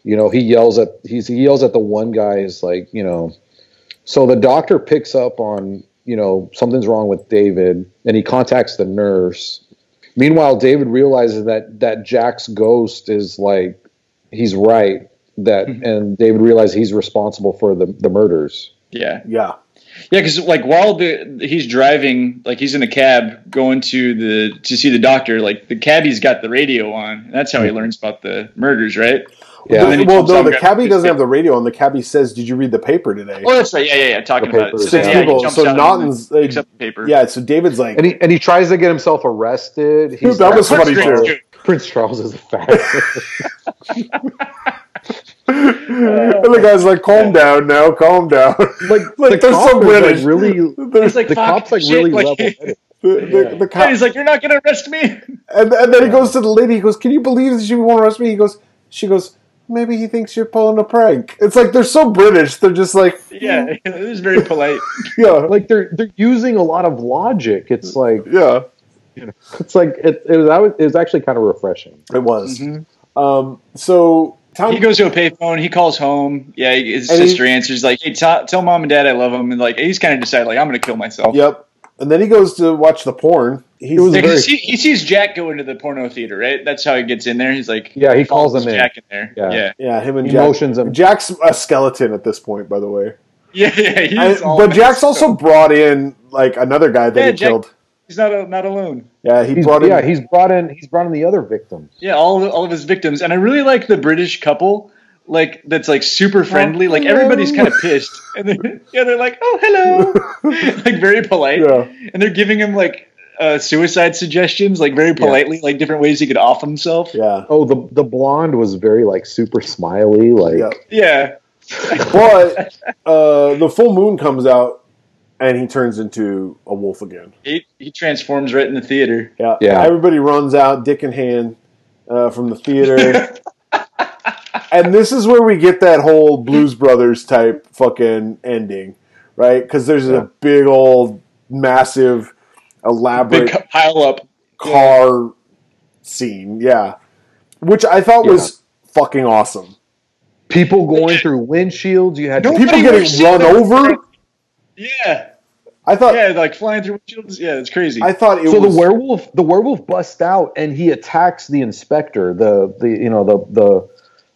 Speaker 4: you know, he yells at he's he yells at the one guy is like, you know, so the doctor picks up on you know something's wrong with David, and he contacts the nurse. Meanwhile, David realizes that that Jack's ghost is like he's right that
Speaker 3: Mm-hmm.
Speaker 4: and David realized he's responsible for the, the murders.
Speaker 5: Yeah,
Speaker 3: Yeah,
Speaker 5: yeah, because like while the he's driving, like he's in a cab going to the to see the doctor. Like the cabbie's got the radio on, and that's how he learns about the murders, right?
Speaker 4: Yeah.
Speaker 3: The-
Speaker 5: And then he
Speaker 3: well,
Speaker 5: comes
Speaker 3: no,
Speaker 5: out
Speaker 3: the
Speaker 5: and
Speaker 3: cabbie
Speaker 5: grabs-
Speaker 3: doesn't have the radio, and the cabbie says, "Did you read the paper today?"
Speaker 5: Oh, that's right. Yeah, yeah, yeah. Talking
Speaker 4: The
Speaker 5: about it.
Speaker 4: papers,
Speaker 5: So,
Speaker 4: yeah.
Speaker 5: yeah,
Speaker 3: Six
Speaker 5: he
Speaker 3: people.
Speaker 5: jumps
Speaker 3: So
Speaker 5: out and
Speaker 3: Naughton's, uh,
Speaker 5: picks up the paper.
Speaker 3: Yeah, so David's like,
Speaker 4: And he and he tries to get himself arrested. He's
Speaker 3: Dude, that was
Speaker 4: Prince
Speaker 3: funny,
Speaker 4: Charles-
Speaker 5: too.
Speaker 4: Prince Charles is
Speaker 5: [LAUGHS]
Speaker 4: a fag.
Speaker 3: and the guy's like, "Calm down now, calm down."
Speaker 4: like
Speaker 3: [LAUGHS] Like, they're so
Speaker 4: cop is,
Speaker 3: British. [LAUGHS]
Speaker 4: Like, really
Speaker 5: He's like,
Speaker 4: the
Speaker 5: "Fuck,
Speaker 4: cops like
Speaker 5: shit,"
Speaker 4: really
Speaker 5: like-
Speaker 4: level headed.
Speaker 3: The- the- the
Speaker 5: And
Speaker 3: cop-
Speaker 5: he's like, "You're not gonna arrest me."
Speaker 3: And, and then he goes to the lady. He goes, "Can you believe that she won't arrest me?" He goes, "She goes, maybe he thinks you're pulling a prank." It's like they're so British. They're just like, [LAUGHS]
Speaker 5: Yeah, [LAUGHS] it was very polite.
Speaker 3: yeah,
Speaker 4: Like they're they're using a lot of logic. It's like
Speaker 3: yeah.
Speaker 4: it's like it, it was that was- it was actually kind of refreshing.
Speaker 3: It was. Um, so Tom,
Speaker 5: He goes to a payphone. He calls home. Yeah, his
Speaker 3: And he-
Speaker 5: sister answers like, "Hey, t- tell mom and dad I love them." And like, he's kind of decided like, "I'm gonna kill myself."
Speaker 3: yep. And then he goes to watch the porn. He's,
Speaker 4: It was
Speaker 5: Yeah, 'cause [LAUGHS] he,
Speaker 4: very-
Speaker 5: he sees Jack go into the porno theater, right? That's how he gets in there. He's like,
Speaker 4: Yeah, he calls
Speaker 5: follows
Speaker 4: him in.
Speaker 5: Jack in there.
Speaker 4: Yeah.
Speaker 5: Yeah, [LAUGHS]
Speaker 3: yeah, him and
Speaker 4: He
Speaker 3: Jack.
Speaker 4: motions him.
Speaker 3: Jack's a skeleton at this point, by the way.
Speaker 5: yeah, yeah. he's
Speaker 3: I-
Speaker 5: all
Speaker 3: but
Speaker 5: messed
Speaker 3: Jack's
Speaker 5: up.
Speaker 3: also brought in like another guy that
Speaker 5: Yeah,
Speaker 3: he
Speaker 5: Jack-
Speaker 3: killed.
Speaker 5: he's not a, not alone.
Speaker 3: Yeah, he
Speaker 4: He's,
Speaker 3: brought in.
Speaker 4: yeah, he's brought in. He's brought in the other victims.
Speaker 5: Yeah, all of, all of his victims, and I really like the British couple, like that's like super friendly. Like everybody's kind of pissed, [LAUGHS] and they're, yeah, they're like, "Oh, hello," [LAUGHS] like very polite,
Speaker 3: Yeah.
Speaker 5: and they're giving him like uh, suicide suggestions, like very politely, like different ways he could off himself.
Speaker 3: yeah,
Speaker 4: Oh, the the blonde was very like super smiley. Like
Speaker 3: yeah.
Speaker 5: yeah,
Speaker 3: But uh, the full moon comes out, and he turns into a wolf again.
Speaker 5: he he transforms right in the theater.
Speaker 3: Yeah.
Speaker 4: Yeah.
Speaker 3: Everybody runs out, dick in hand, uh, from the
Speaker 5: [LAUGHS]
Speaker 3: theater. and this is where we get that whole Blues Brothers type fucking ending, right? Because there's
Speaker 4: Yeah.
Speaker 3: a big old, massive,
Speaker 5: Big
Speaker 3: elaborate
Speaker 5: cu- pile up.
Speaker 3: car scene. Yeah. Which I thought was fucking awesome.
Speaker 4: people going through windshields. You had
Speaker 5: No.
Speaker 3: People
Speaker 5: Nobody was-
Speaker 3: getting run over.
Speaker 5: Yeah,
Speaker 3: I thought.
Speaker 5: yeah, like flying through windshields. Yeah, it's crazy.
Speaker 3: I thought it
Speaker 4: so
Speaker 3: was
Speaker 4: the werewolf the werewolf busts out and he attacks the inspector the the you know the the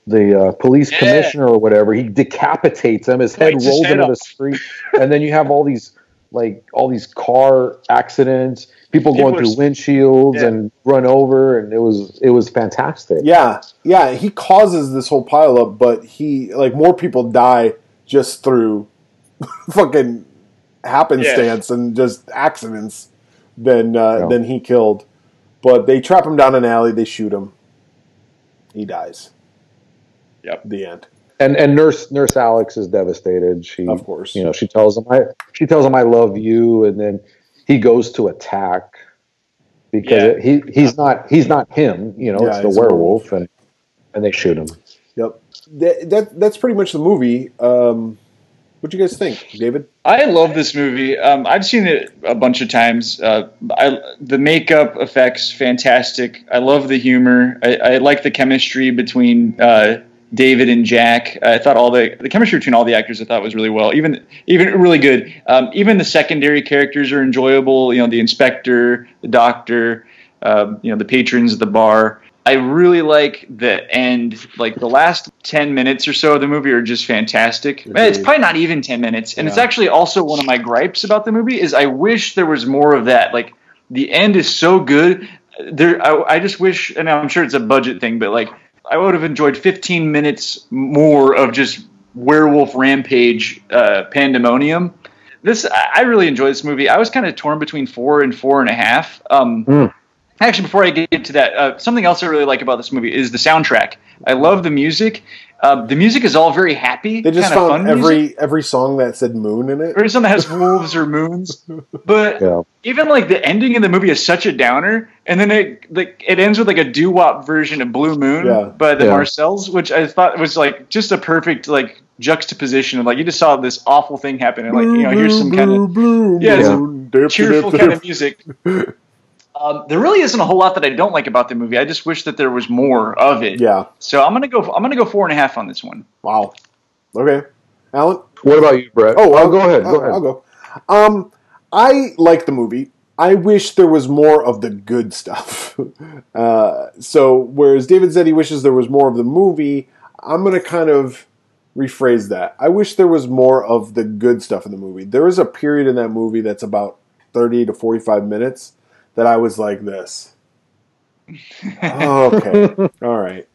Speaker 4: the uh, police
Speaker 5: Yeah.
Speaker 4: commissioner or whatever he decapitates him his head
Speaker 5: Bites his
Speaker 4: rolls
Speaker 5: head
Speaker 4: into the
Speaker 5: off.
Speaker 4: street and then you have all these like all these car accidents people,
Speaker 5: People
Speaker 4: going
Speaker 5: are
Speaker 4: through
Speaker 5: s-
Speaker 4: windshields
Speaker 5: Yeah.
Speaker 4: and run over and it was it was fantastic
Speaker 3: Yeah, yeah, he causes this whole pileup, but he like more people die just through [LAUGHS] fucking happenstance and just accidents than uh,
Speaker 4: Yeah.
Speaker 3: than he killed. But they trap him down an alley, they shoot him, he dies.
Speaker 5: Yep.
Speaker 3: The end.
Speaker 4: and and nurse nurse Alex is devastated. She
Speaker 3: Of course.
Speaker 4: you know she tells him I she tells him I love you, and then he goes to attack because
Speaker 5: Yeah.
Speaker 4: it- he he's not he's not him. You know
Speaker 3: Yeah,
Speaker 4: it's the
Speaker 3: he's a
Speaker 4: werewolf, and and they shoot him.
Speaker 3: Yep. That, that that's pretty much the movie. Um, what do you guys think, David?
Speaker 5: I love this movie. Um, I've seen it a bunch of times. Uh, I, the makeup effects fantastic. I love the humor. I, I like the chemistry between uh, David and Jack. I thought all the the chemistry between all the actors I thought was really well. Even even really good. Um, even the secondary characters are enjoyable. You know the inspector, the doctor, um, you know the patrons at the bar. I really like the end. Like the last ten minutes or so of the movie are just fantastic. It's
Speaker 3: Agreed.
Speaker 5: probably not even ten minutes, and it's
Speaker 3: Yeah.
Speaker 5: actually also one of my gripes about the movie is I wish there was more of that. Like the end is so good. There, I, I just wish, and I'm sure it's a budget thing, but like I would have enjoyed 15 minutes more of just werewolf rampage uh, pandemonium. This I I really enjoy this movie. I was kind of torn between four and four and a half. Um,
Speaker 3: Hmm.
Speaker 5: actually before i get to that uh, something else i really like about this movie is the soundtrack i love the music uh, the music is all very happy
Speaker 3: They just
Speaker 5: kinda
Speaker 3: found
Speaker 5: fun music.
Speaker 3: every every song that said moon in it.
Speaker 5: or something that has wolves or
Speaker 3: [LAUGHS]
Speaker 5: moons but
Speaker 4: Yeah.
Speaker 5: even like the ending of the movie is such a downer and then it like it ends with like a doo-wop version of blue moon
Speaker 3: Yeah.
Speaker 5: by the
Speaker 4: Yeah.
Speaker 5: marcells which i thought was like just a perfect like juxtaposition of like you just saw this awful thing happen and like you know here's some kind of
Speaker 3: blue,
Speaker 5: Yeah, it's a
Speaker 3: moon, dip,
Speaker 5: cheerful
Speaker 3: dip,
Speaker 5: kind
Speaker 3: [LAUGHS] dip.
Speaker 5: of music. Um, there really isn't a whole lot that I don't like about the movie. I just wish that there was more of it.
Speaker 3: Yeah.
Speaker 5: So I'm gonna go. I'm gonna go four and a half on this one.
Speaker 3: Wow. Okay. Alan?
Speaker 4: What about you, Brett? Oh, I'll go ahead.
Speaker 3: I'll,
Speaker 4: Go ahead.
Speaker 3: I'll go. Um, I like the movie. I wish there was more of the good stuff. [LAUGHS] uh, so, whereas David said he wishes there was more of the movie, I'm going to kind of rephrase that. I wish there was more of the good stuff in the movie. There is a period in that movie that's about 30 to 45 minutes that I was like this. Oh, okay. All right.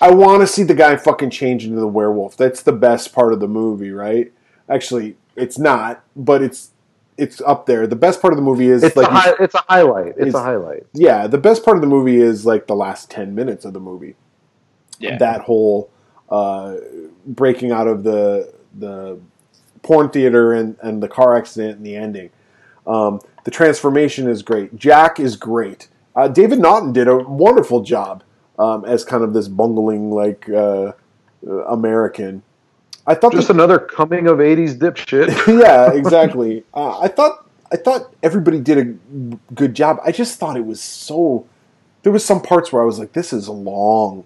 Speaker 3: I want to see the guy fucking change into the werewolf. That's the best part of the movie, right? Actually, it's not, but it's it's up there. The best part of the movie is
Speaker 4: It's
Speaker 3: like
Speaker 4: a hi- it's a highlight. It's,
Speaker 3: It's-
Speaker 4: a highlight.
Speaker 3: yeah, the best part of the movie is like the last 10 minutes of the movie.
Speaker 5: Yeah.
Speaker 3: That whole uh, breaking out of the the porn theater and, and the car accident and the ending. Um, the transformation is great. Jack is great. Uh, David Naughton did a wonderful job um, as kind of this bungling like uh, uh, American. I thought
Speaker 4: Just
Speaker 3: the-
Speaker 4: another coming of
Speaker 5: [LAUGHS]
Speaker 4: '80s [LAUGHS]
Speaker 3: [LAUGHS]
Speaker 4: dipshit.
Speaker 3: yeah, exactly. Uh, I thought I thought everybody did a good job. I just thought it was so. There was some parts where I was like, "This is long,"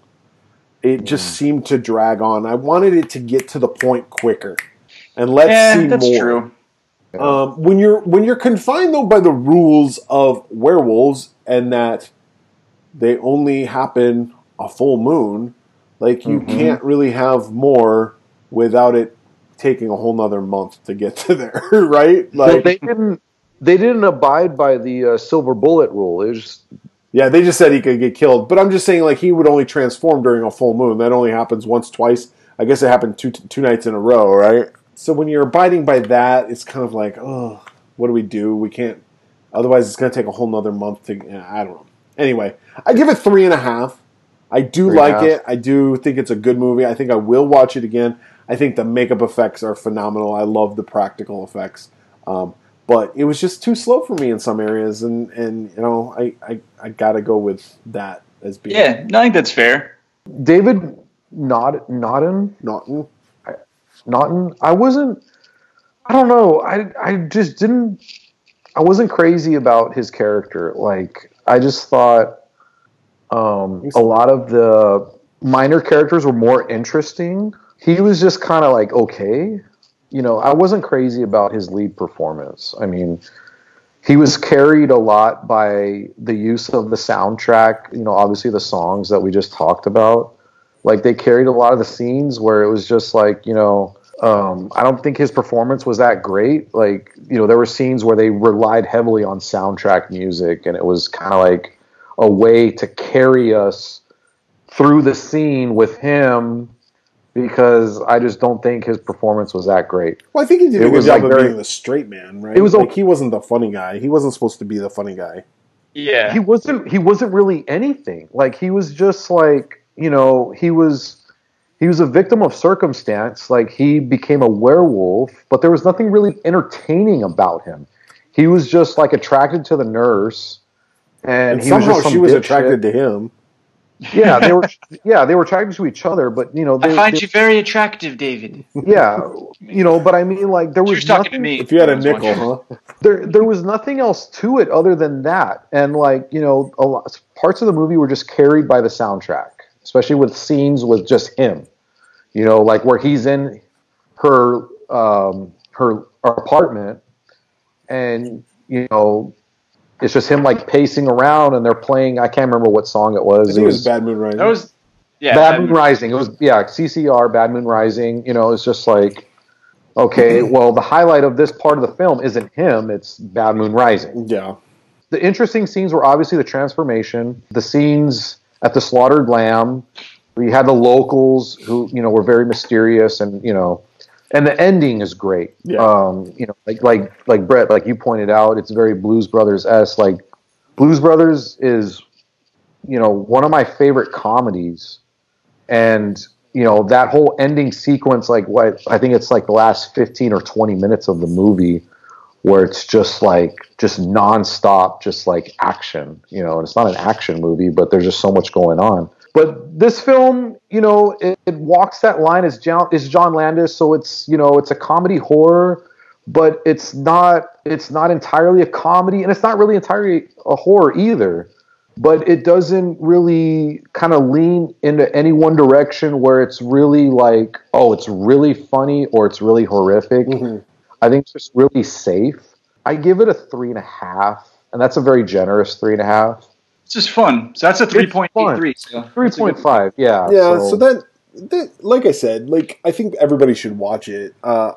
Speaker 3: It just seemed to drag on. I wanted it to get to the point quicker, and let's
Speaker 5: Yeah,
Speaker 3: see
Speaker 5: Eh, that's
Speaker 3: more.
Speaker 5: true.
Speaker 3: Um, when you're when you're confined though by the rules of werewolves and that they only happen a full moon, like you
Speaker 4: Mm-hmm.
Speaker 3: can't really have more without it taking a whole nother month to get [LAUGHS] to there, right?
Speaker 4: Well,
Speaker 3: Like,
Speaker 4: they didn't. They didn't abide by the uh, silver bullet rule. It was just
Speaker 3: yeah, they just said he could get killed, but I'm just saying like he would only transform during a full moon. That only happens once, twice. I guess it happened two two nights in a row, right? So when you're abiding by that, it's kind of like, oh, what do we do? We can't Otherwise, it's going to take a whole nother month to. yeah, I don't know. Anyway, I give it three and a half. I do
Speaker 4: Three and a
Speaker 3: like
Speaker 4: half.
Speaker 3: it. I do think it's a good movie. I think I will watch it again. I think the makeup effects are phenomenal. I love the practical effects. Um, but it was just too slow for me in some areas, and and you know I I, I got to go with that as being
Speaker 5: Yeah, no, I think that's fair.
Speaker 4: David Nod Nodden.
Speaker 3: Naughton.
Speaker 4: Naughton. I wasn't. I don't know. I I just didn't. I wasn't crazy about his character. Like I just thought um, a lot of the minor characters were more interesting. He was just kind of like okay. You know, I wasn't crazy about his lead performance. I mean, he was carried a lot by the use of the soundtrack. You know, obviously the songs that we just talked about like they carried a lot of the scenes where it was just like you know um, i don't think his performance was that great like you know there were scenes where they relied heavily on soundtrack music and it was kind of like a way to carry us through the scene with him because i just don't think his performance was that great
Speaker 3: Well, I think he did a
Speaker 4: It
Speaker 3: good
Speaker 4: was,
Speaker 3: job
Speaker 4: like,
Speaker 3: of
Speaker 4: very-
Speaker 3: being the straight man, right?
Speaker 4: It was
Speaker 3: like
Speaker 4: okay.
Speaker 3: he wasn't the funny guy. He wasn't supposed to be the funny guy.
Speaker 5: Yeah.
Speaker 4: he wasn't he wasn't really anything like he was just like you know he was he was a victim of circumstance like he became a werewolf but there was nothing really entertaining about him he was just like attracted to the nurse and,
Speaker 3: And,
Speaker 4: he was
Speaker 3: somehow
Speaker 4: just some
Speaker 3: she was
Speaker 4: dipshit.
Speaker 3: attracted to him.
Speaker 4: yeah
Speaker 3: [LAUGHS]
Speaker 4: they were yeah they were attracted to each other but you know they,
Speaker 5: I find
Speaker 4: they-
Speaker 5: you very attractive, David.
Speaker 4: yeah you know but i mean like there
Speaker 5: She
Speaker 4: was
Speaker 5: was talking to
Speaker 4: nothing-
Speaker 5: me.
Speaker 3: If you had a
Speaker 5: I was
Speaker 3: nickel,
Speaker 5: wondering.
Speaker 3: huh?
Speaker 4: there there was nothing else to it other than that and like you know a lot, parts of the movie were just carried by the soundtrack especially with scenes with just him you know like where he's in her um her, her apartment and you know it's just him like pacing around and they're playing i can't remember what song it was
Speaker 3: I think it was Bad Moon Rising.
Speaker 5: That was yeah.
Speaker 4: Bad
Speaker 5: that-
Speaker 4: Moon Rising. It was yeah, CCR Bad Moon Rising. You know, it's just like okay, well, the highlight of this part of the film isn't him; it's Bad Moon Rising.
Speaker 3: yeah.
Speaker 4: The interesting scenes were obviously the transformation, the scenes at the slaughtered lamb. We had the locals who you know were very mysterious, and you know, and the ending is great.
Speaker 3: Yeah.
Speaker 4: Um, you know, like like like Brett, like you pointed out, it's very Blues Brothers s. Like Blues Brothers is, you know, one of my favorite comedies and you know that whole ending sequence like what i think it's like the last 15 or 20 minutes of the movie where it's just like just nonstop just like action you know and it's not an action movie but there's just so much going on but this film you know it, it walks that line as john is john landis so it's you know it's a comedy horror but it's not it's not entirely a comedy and it's not really entirely a horror either but it doesn't really kind of lean into any one direction where it's really like oh it's really funny or it's really horrific i think it's just really safe i give it a three and a half and that's a very generous three and a half
Speaker 5: It's just fun. So that's a three point eight three.
Speaker 4: three point five yeah
Speaker 3: yeah so, that, that like i said like i think everybody should watch it uh,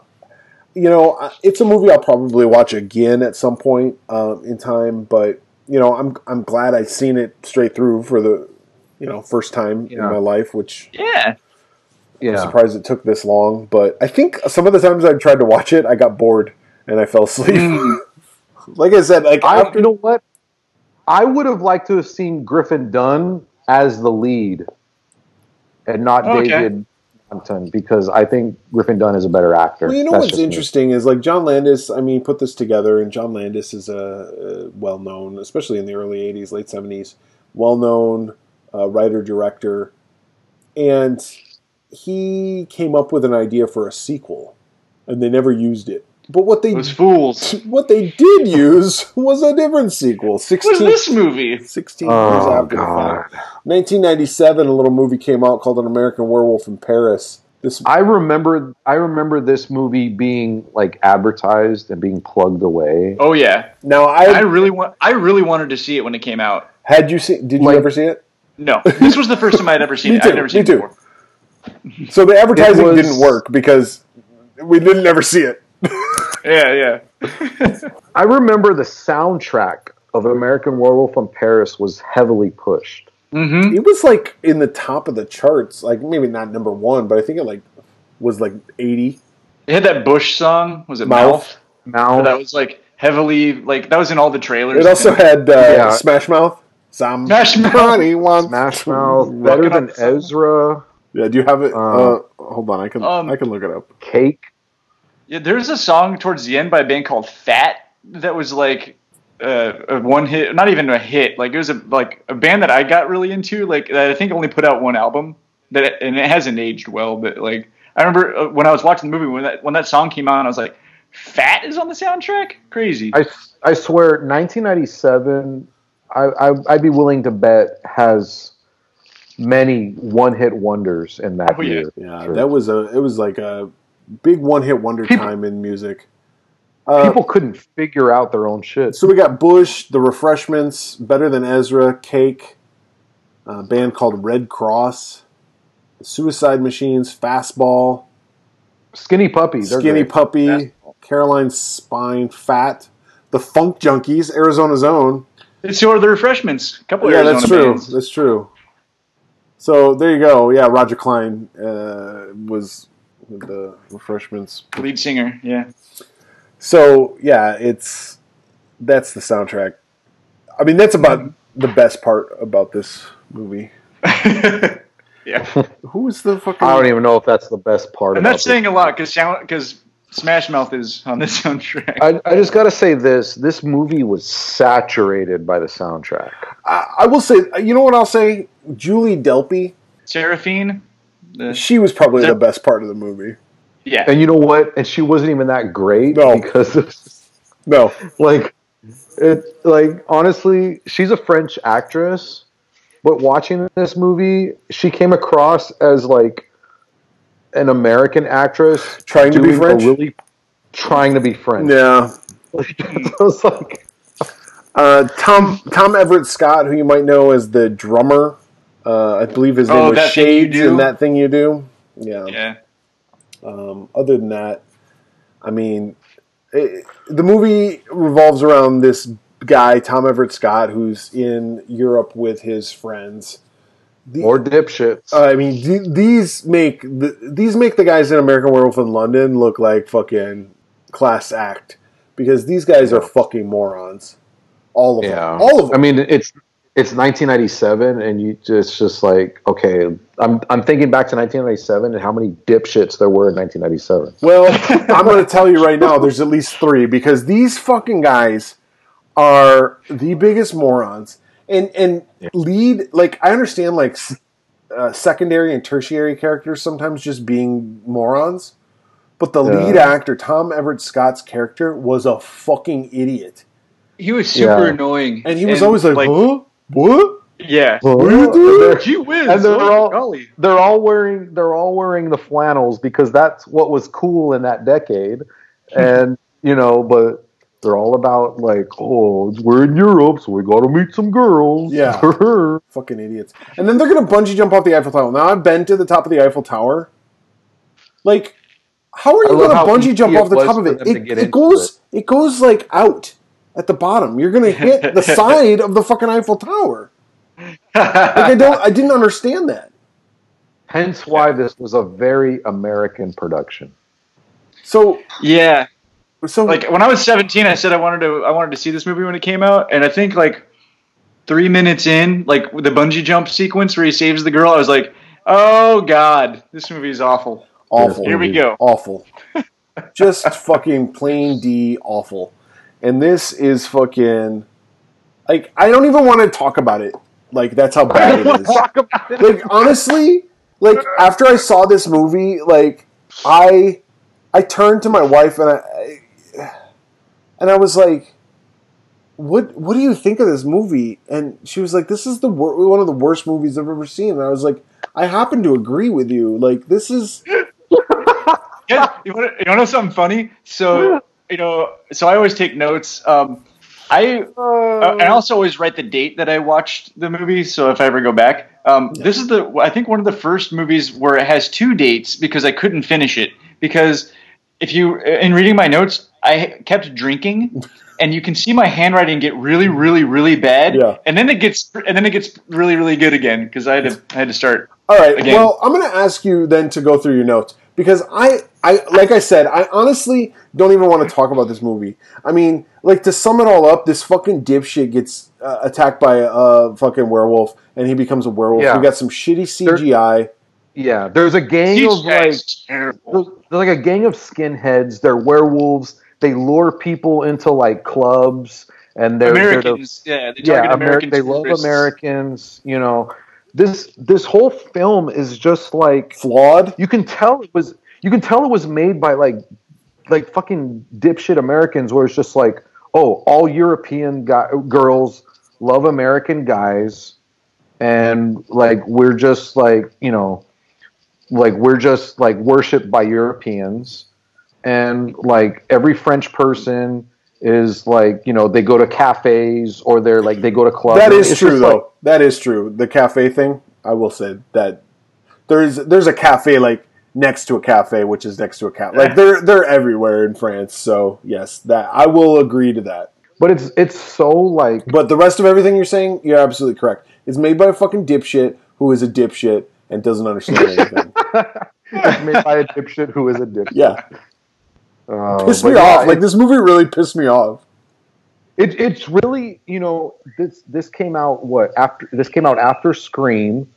Speaker 3: you know I- it's a movie i'll probably watch again at some point um, in time but you know i'm i'm glad i've seen it straight through for the you know first time
Speaker 4: Yeah.
Speaker 3: in my life which
Speaker 5: Yeah.
Speaker 4: yeah
Speaker 3: i'm surprised it took this long but i think some of the times i tried to watch it i got bored and i fell asleep [LAUGHS] like i said like
Speaker 4: Hmm. I,
Speaker 3: after
Speaker 4: you know what? I would have liked to have seen Griffin Dunn as the lead and not
Speaker 5: Okay.
Speaker 4: David Monton because I think Griffin Dunn is a better actor.
Speaker 3: Well, you know
Speaker 4: That's
Speaker 3: what's
Speaker 4: just me.
Speaker 3: interesting is like John Landis. I mean, put this together, and John Landis is a, uh well known, especially in the early '80s, late '70s, well known uh, writer director, and he came up with an idea for a sequel, and they never used it. But what they
Speaker 5: Those fools.
Speaker 3: [LAUGHS] what they did use was a different sequel.
Speaker 5: What is
Speaker 3: 16,
Speaker 5: this movie?
Speaker 3: 16 years
Speaker 4: Oh
Speaker 3: after the
Speaker 4: god.
Speaker 3: fact. 1997, a little movie came out called An American Werewolf in Paris. This
Speaker 4: I remember I remember this movie being like advertised and being plugged away.
Speaker 5: Oh yeah,
Speaker 3: now
Speaker 5: I
Speaker 3: I
Speaker 5: really want. I really wanted to see it when it came out.
Speaker 3: had you seen? Did you
Speaker 4: Like-
Speaker 3: ever see it?
Speaker 5: No, this was the first
Speaker 3: [LAUGHS]
Speaker 5: time I'd ever seen
Speaker 3: Me
Speaker 5: it.
Speaker 3: too,
Speaker 5: I'd never seen
Speaker 3: me
Speaker 5: it
Speaker 3: too.
Speaker 5: before.
Speaker 3: So the advertising
Speaker 4: It was-
Speaker 3: didn't work because we didn't ever see it.
Speaker 5: Yeah, yeah.
Speaker 4: I remember the soundtrack of American Werewolf in Paris was heavily pushed. Hmm?
Speaker 5: Mm-hmm.
Speaker 3: It was like in the top of the charts, like maybe not number one, but I think it like was like 80.
Speaker 5: It had that Bush song. Was it
Speaker 3: Mouth.
Speaker 5: Mouth?
Speaker 4: Now
Speaker 5: That was like heavily like that was in all the trailers.
Speaker 3: It also had uh,
Speaker 4: Yeah.
Speaker 3: Smash Mouth. Some
Speaker 5: Smash Mouth.
Speaker 3: money wants
Speaker 4: Smash
Speaker 3: to
Speaker 4: Mouth,
Speaker 3: rock
Speaker 4: Better
Speaker 3: it up.
Speaker 4: Than Ezra,
Speaker 3: Yeah, do you have it? Uh,
Speaker 4: Um,
Speaker 3: hold on, I can
Speaker 5: um,
Speaker 3: I can look it up.
Speaker 4: Cake.
Speaker 5: Yeah, there's a song towards the end by a band called Fat that was like uh, a one hit, not even a hit. Like it was a like a band that I got really into. Like that I think only put out one album that, and it hasn't aged well. But like I remember uh, when I was watching the movie when that when that song came on, I was like, "Fat is on the soundtrack? Crazy!"
Speaker 4: I, I swear, 1997, I, I, I'd be willing to bet, has many one hit wonders in that
Speaker 5: Oh, yeah.
Speaker 4: year.
Speaker 3: Yeah,
Speaker 4: Sure.
Speaker 3: that was a it was like a big one hit wonder
Speaker 4: People-
Speaker 3: time in music. Uh,
Speaker 4: People couldn't figure out their own shit.
Speaker 3: so we got Bush, The Refreshments, Better Than Ezra, Cake, a band called Red Cross, Suicide Machines, Fastball,
Speaker 4: Skinny Puppy. They're
Speaker 3: Skinny
Speaker 4: great.
Speaker 3: Puppy,
Speaker 5: Fastball.
Speaker 3: Caroline Spine, Fat, The Funk Junkies, Arizona's Own.
Speaker 5: It's so are the refreshments. A couple of
Speaker 3: yeah,
Speaker 5: Arizona
Speaker 3: that's true.
Speaker 5: bands.
Speaker 3: That's true. So there you go. Yeah, Roger Klein uh, was with the Refreshments.
Speaker 5: Lead singer. Yeah. [LAUGHS]
Speaker 3: So yeah, it's that's the soundtrack. I mean, that's about the best part about this movie.
Speaker 5: yeah.
Speaker 3: Who is the fucking?
Speaker 4: I don't even know if that's the best part
Speaker 5: And
Speaker 4: about
Speaker 5: that's
Speaker 4: this.
Speaker 5: saying a lot because Smash Mouth is on the [LAUGHS] soundtrack.
Speaker 4: I, I just got to say this. This movie was saturated by the soundtrack.
Speaker 3: I, I will say, you know what I'll say? Julie Delpy.
Speaker 5: Seraphine. The-
Speaker 3: She was probably
Speaker 5: Del-
Speaker 3: the best part of the movie.
Speaker 5: yeah.
Speaker 4: And you know what? And she wasn't even that great
Speaker 3: No.
Speaker 4: because this
Speaker 3: No,
Speaker 4: like it like honestly she's a french actress but watching this movie she came across as like an american actress
Speaker 3: Trying to be
Speaker 4: doing a
Speaker 3: French?
Speaker 4: really trying to be french
Speaker 3: yeah.
Speaker 4: [LAUGHS] i was like
Speaker 3: Uh, Tom Tom Everett Scott, who you might know as the drummer. Uh, I believe his name
Speaker 5: Oh,
Speaker 3: was
Speaker 5: That Thing You
Speaker 3: Shades
Speaker 5: Do?
Speaker 3: in that thing you do. Yeah.
Speaker 5: yeah.
Speaker 3: Um, other than that, I mean, it, the movie revolves around this guy, Tom Everett Scott, who's in Europe with his friends. The, uh,
Speaker 4: or dipshits
Speaker 3: I mean, th- these make the, these make the guys in American Werewolf in London look like fucking class act because these guys are fucking morons. All of
Speaker 4: yeah
Speaker 3: them. All of them.
Speaker 4: i mean it's it's 1997 and you it's just like okay i'm i'm thinking back to 1997 and how many dipshits there were in 1997
Speaker 3: Well, [LAUGHS] I'm going to tell you right now, there's at least three because these fucking guys are the biggest morons. And and lead like I understand like s- uh, secondary and tertiary characters sometimes just being morons, but the
Speaker 4: Yeah.
Speaker 3: lead actor Tom Everett Scott's character was a fucking idiot,
Speaker 5: He was super
Speaker 4: Yeah.
Speaker 5: annoying.
Speaker 3: and he was always like,
Speaker 5: like
Speaker 3: "Huh? What?
Speaker 5: yeah.
Speaker 3: What are you doing?"
Speaker 5: Gee whiz.
Speaker 4: And they're
Speaker 5: oh,
Speaker 4: all-
Speaker 5: [LAUGHS] golly.
Speaker 4: they're all wearing they're all wearing the flannels because that's what was cool in that decade
Speaker 3: Hmm.
Speaker 4: and you know but they're all about like oh we're in europe so we gotta meet some girls
Speaker 3: Yeah.
Speaker 4: oh
Speaker 3: Fucking idiots. And then they're gonna bungee jump off the Eiffel Tower. Now I've been to the top of the Eiffel Tower. Like, how are
Speaker 4: I
Speaker 3: you
Speaker 4: love
Speaker 3: gonna
Speaker 4: how
Speaker 3: bungee jump
Speaker 4: easy
Speaker 3: off
Speaker 4: it
Speaker 3: the
Speaker 4: was
Speaker 3: top of
Speaker 4: for
Speaker 3: it?
Speaker 4: them to
Speaker 3: It,
Speaker 4: get
Speaker 3: it
Speaker 4: into
Speaker 3: goes it. goes like out at the bottom. You're gonna
Speaker 4: [LAUGHS]
Speaker 3: hit the side of the fucking Eiffel Tower. Like I don't I didn't understand that.
Speaker 4: [LAUGHS] hence why this was a very
Speaker 3: [LAUGHS]
Speaker 4: american production
Speaker 3: So
Speaker 5: yeah.
Speaker 3: so
Speaker 5: Like when I was 17, I said I wanted to. I wanted to see this movie when it came out, and I think like three minutes in, like with the bungee jump sequence where he saves the girl, I was like, "Oh God, this movie is awful."
Speaker 3: awful.
Speaker 5: Here we go.
Speaker 3: Awful. Just fucking plain D awful. And this is fucking like I don't even want to talk about it. Like that's how bad it
Speaker 5: [LAUGHS]
Speaker 3: is.
Speaker 4: talk about it
Speaker 3: like honestly, like after I saw this movie, like I I turned to my wife and I, and I was like, "What? What do you think of this movie?" And she was like, "This is the wor- one of the worst movies I've ever seen." And I was like, "I happen to agree with you. Like, this is
Speaker 5: yeah, you want to know something funny? So you know, so I always take notes. Um, I uh, and I also always write the date that I watched the movie. So if I ever go back, um, this is the I think one of the first movies where it has two dates because I couldn't finish it because if you in reading my notes I kept drinking. And you can see my handwriting get really, really, really bad,
Speaker 3: Yeah.
Speaker 5: and then it gets, and then it gets really, really good again because I had to, I had to start.
Speaker 3: all right."
Speaker 5: Again.
Speaker 3: Well, I'm going to ask you then to go through your notes because I, I, like I said, I honestly don't even want to talk about this movie. I mean, like to sum it all up, this fucking dipshit gets uh, attacked by a fucking werewolf, and he becomes a werewolf.
Speaker 4: Yeah.
Speaker 3: We got some shitty
Speaker 4: There-
Speaker 3: CGI.
Speaker 4: Yeah, there's a gang of like
Speaker 5: It's terrible.
Speaker 4: they're like a gang of skinheads. They're werewolves. They lure people into like clubs, and they're They're the-
Speaker 5: Americans. yeah, they target
Speaker 4: yeah, Ameri-
Speaker 5: Americans.
Speaker 4: they love
Speaker 5: tourists.
Speaker 4: Americans. You know, this this whole film is just like
Speaker 3: flawed.
Speaker 4: you can tell it was you can tell it was made by like like fucking dipshit Americans, where it's just like oh, all European guy- girls love American guys, and like we're just like you know, like we're just like worshipped by Europeans, and like every French person is like you know they go to cafes or they're like they go to clubs.
Speaker 3: That
Speaker 4: It's
Speaker 3: is true,
Speaker 4: just,
Speaker 3: though.
Speaker 4: like,
Speaker 3: that is true. The cafe thing, I will say that there's there's a cafe like next to a cafe, which is next to a cafe.
Speaker 4: Eh.
Speaker 3: Like they're they're everywhere in France. So yes, that I will agree to that.
Speaker 4: but it's it's so like [LAUGHS]
Speaker 3: But the rest of everything you're saying, you're absolutely correct. It's made by a fucking dipshit who is a dipshit and doesn't understand anything.
Speaker 4: it's made by a dipshit who is a dipshit.
Speaker 3: yeah,
Speaker 4: Uh,
Speaker 3: pissed
Speaker 4: but
Speaker 3: me
Speaker 4: yeah,
Speaker 3: off.
Speaker 4: it-
Speaker 3: Like this movie really pissed me off.
Speaker 4: It, it's really you know this this came out what after this came out after Scream,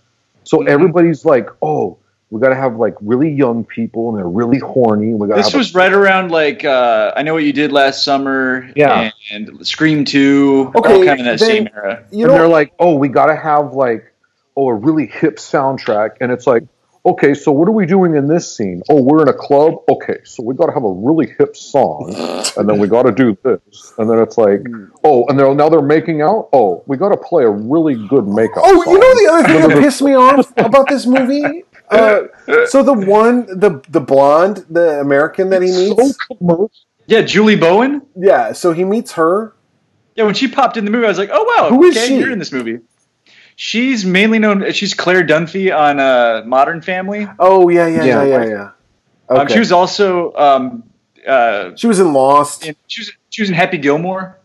Speaker 4: so
Speaker 3: Mm-hmm.
Speaker 4: everybody's like, oh, we gotta have like really young people and they're really horny. And we gotta
Speaker 5: This
Speaker 4: have a-
Speaker 5: was right around like uh, I know what you did last summer.
Speaker 4: Yeah.
Speaker 5: and, Scream Two.
Speaker 3: Okay,
Speaker 5: all kind of that
Speaker 3: then-
Speaker 5: same era.
Speaker 3: You
Speaker 4: and they're
Speaker 3: know,
Speaker 4: like, oh, we gotta have like oh a really hip soundtrack, and it's like. Okay, so what are we doing in this scene? Oh, we're in a club. Okay, so we got to have a really
Speaker 3: [LAUGHS]
Speaker 4: hip song, and then we got to do this, and then it's like,
Speaker 3: Mm.
Speaker 4: oh, and they're now they're making out. Oh, we got to play a really good makeup.
Speaker 3: Oh,
Speaker 4: song.
Speaker 3: you know the other
Speaker 4: [LAUGHS]
Speaker 3: thing that pissed me off about this movie? Uh, so the one, the the blonde, the American that he
Speaker 4: so
Speaker 3: meets,
Speaker 4: commercial.
Speaker 5: Yeah, Julie Bowen.
Speaker 3: yeah. So he meets her.
Speaker 5: Yeah, when she popped in the movie, I was like, oh wow,
Speaker 3: Who is
Speaker 5: okay,
Speaker 3: she?
Speaker 5: You're in this movie. She's mainly known. She's Claire Dunphy on uh, Modern Family.
Speaker 3: Oh yeah, yeah, yeah,
Speaker 4: Yeah.
Speaker 3: yeah, yeah. Okay.
Speaker 5: Um, she was also um, uh,
Speaker 3: in Lost.
Speaker 5: in, she was she was in Happy Gilmore.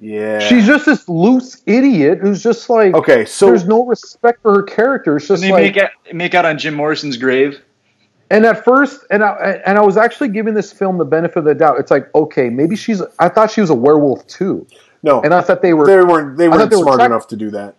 Speaker 3: Yeah.
Speaker 4: She's just this loose idiot who's just like
Speaker 3: okay. So
Speaker 4: there's no respect for her character. It's
Speaker 5: And
Speaker 4: just
Speaker 5: they
Speaker 4: like
Speaker 5: make out, make out on Jim Morrison's grave.
Speaker 4: and at first and I and I was actually giving this film the benefit of the doubt. It's like okay, maybe she's I thought she was a werewolf too,
Speaker 3: no,
Speaker 4: and I thought they were
Speaker 3: they weren't they
Speaker 4: thought
Speaker 3: weren't
Speaker 4: they were
Speaker 3: smart
Speaker 4: trying-
Speaker 3: enough to do that.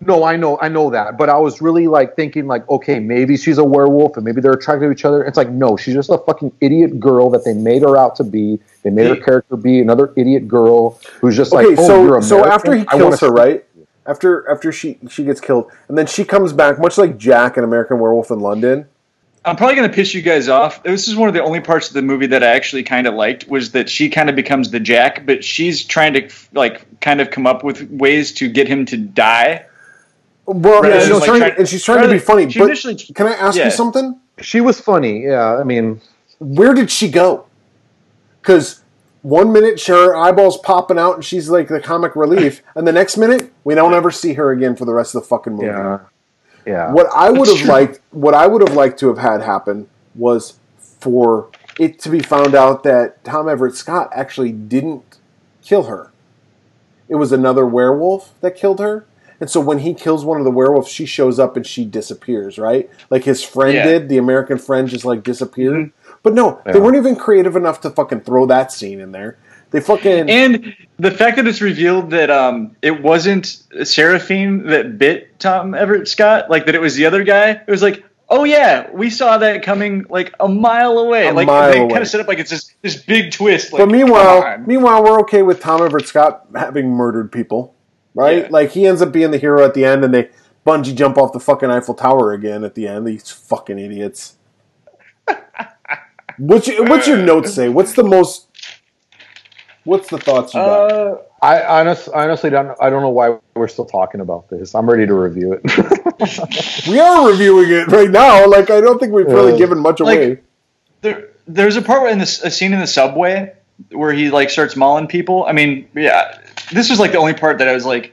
Speaker 4: no, I know I know that, but I was really like thinking like okay, maybe she's a werewolf and maybe they're attracted to each other. It's like no, she's just a fucking idiot girl that they made her out to be. They made her character be another idiot girl who's just
Speaker 3: Okay,
Speaker 4: like oh,
Speaker 3: so
Speaker 4: you're
Speaker 3: so
Speaker 4: American?
Speaker 3: after he
Speaker 4: I wanna
Speaker 3: kills her, right? After after she she gets killed, and then she comes back, much like Jack in American Werewolf in London.
Speaker 5: I'm probably going to piss you guys off. This is one of the only parts of the movie that I actually kind of liked was that she kind of becomes the Jack, but she's trying to like kind of come up with ways to get him to die.
Speaker 3: Well,
Speaker 5: Right,
Speaker 3: and,
Speaker 5: she's
Speaker 3: she's
Speaker 5: like
Speaker 3: trying,
Speaker 5: trying-
Speaker 3: and she's trying to be
Speaker 5: rather-
Speaker 3: funny.
Speaker 5: she
Speaker 3: but
Speaker 5: initially-
Speaker 3: can I ask
Speaker 5: yeah.
Speaker 3: you something?
Speaker 4: She was funny, yeah. I mean,
Speaker 3: where did she go? Because one minute she- her eyeballs popping out and she's like the comic relief, and the next minute we don't ever see her again for the rest of the fucking movie.
Speaker 4: yeah, yeah.
Speaker 3: What I would have liked, what I would have liked to have had happen was for it to be found out that Tom Everett Scott actually didn't kill her. It was another werewolf that killed her. And so when he kills one of the werewolves, she shows up and she disappears, right? Like his friend
Speaker 5: Yeah.
Speaker 3: did, the American friend just like disappeared. But no, they
Speaker 4: Yeah.
Speaker 3: weren't even creative enough to fucking throw that scene in there. They fucking
Speaker 5: And the fact that it's revealed that um, it wasn't Seraphine that bit Tom Everett Scott, like that it was the other guy. It was like, oh yeah, we saw that coming like a mile away.
Speaker 3: A
Speaker 5: like
Speaker 3: mile
Speaker 5: they kind
Speaker 3: away.
Speaker 5: of set up like it's this this big twist. Like,
Speaker 3: But meanwhile,
Speaker 5: come on.
Speaker 3: meanwhile, we're okay with Tom Everett Scott having murdered people, right?
Speaker 5: Yeah.
Speaker 3: Like he ends up being the hero at the end, and they bungee jump off the fucking Eiffel Tower again at the end. These fucking
Speaker 5: [LAUGHS]
Speaker 3: idiots. what's your, what's your notes say? What's the most? What's the thoughts you got?
Speaker 5: Uh,
Speaker 4: I honest, honestly don't. I don't know why we're still talking about this. I'm ready to review it. [LAUGHS]
Speaker 3: we are reviewing it right now. Like I don't think we've really
Speaker 4: Uh,
Speaker 3: given much
Speaker 5: like-
Speaker 3: away.
Speaker 5: There, there's a part in this a scene in the subway where he like starts mauling people. I mean, yeah, this was like the only part that I was like,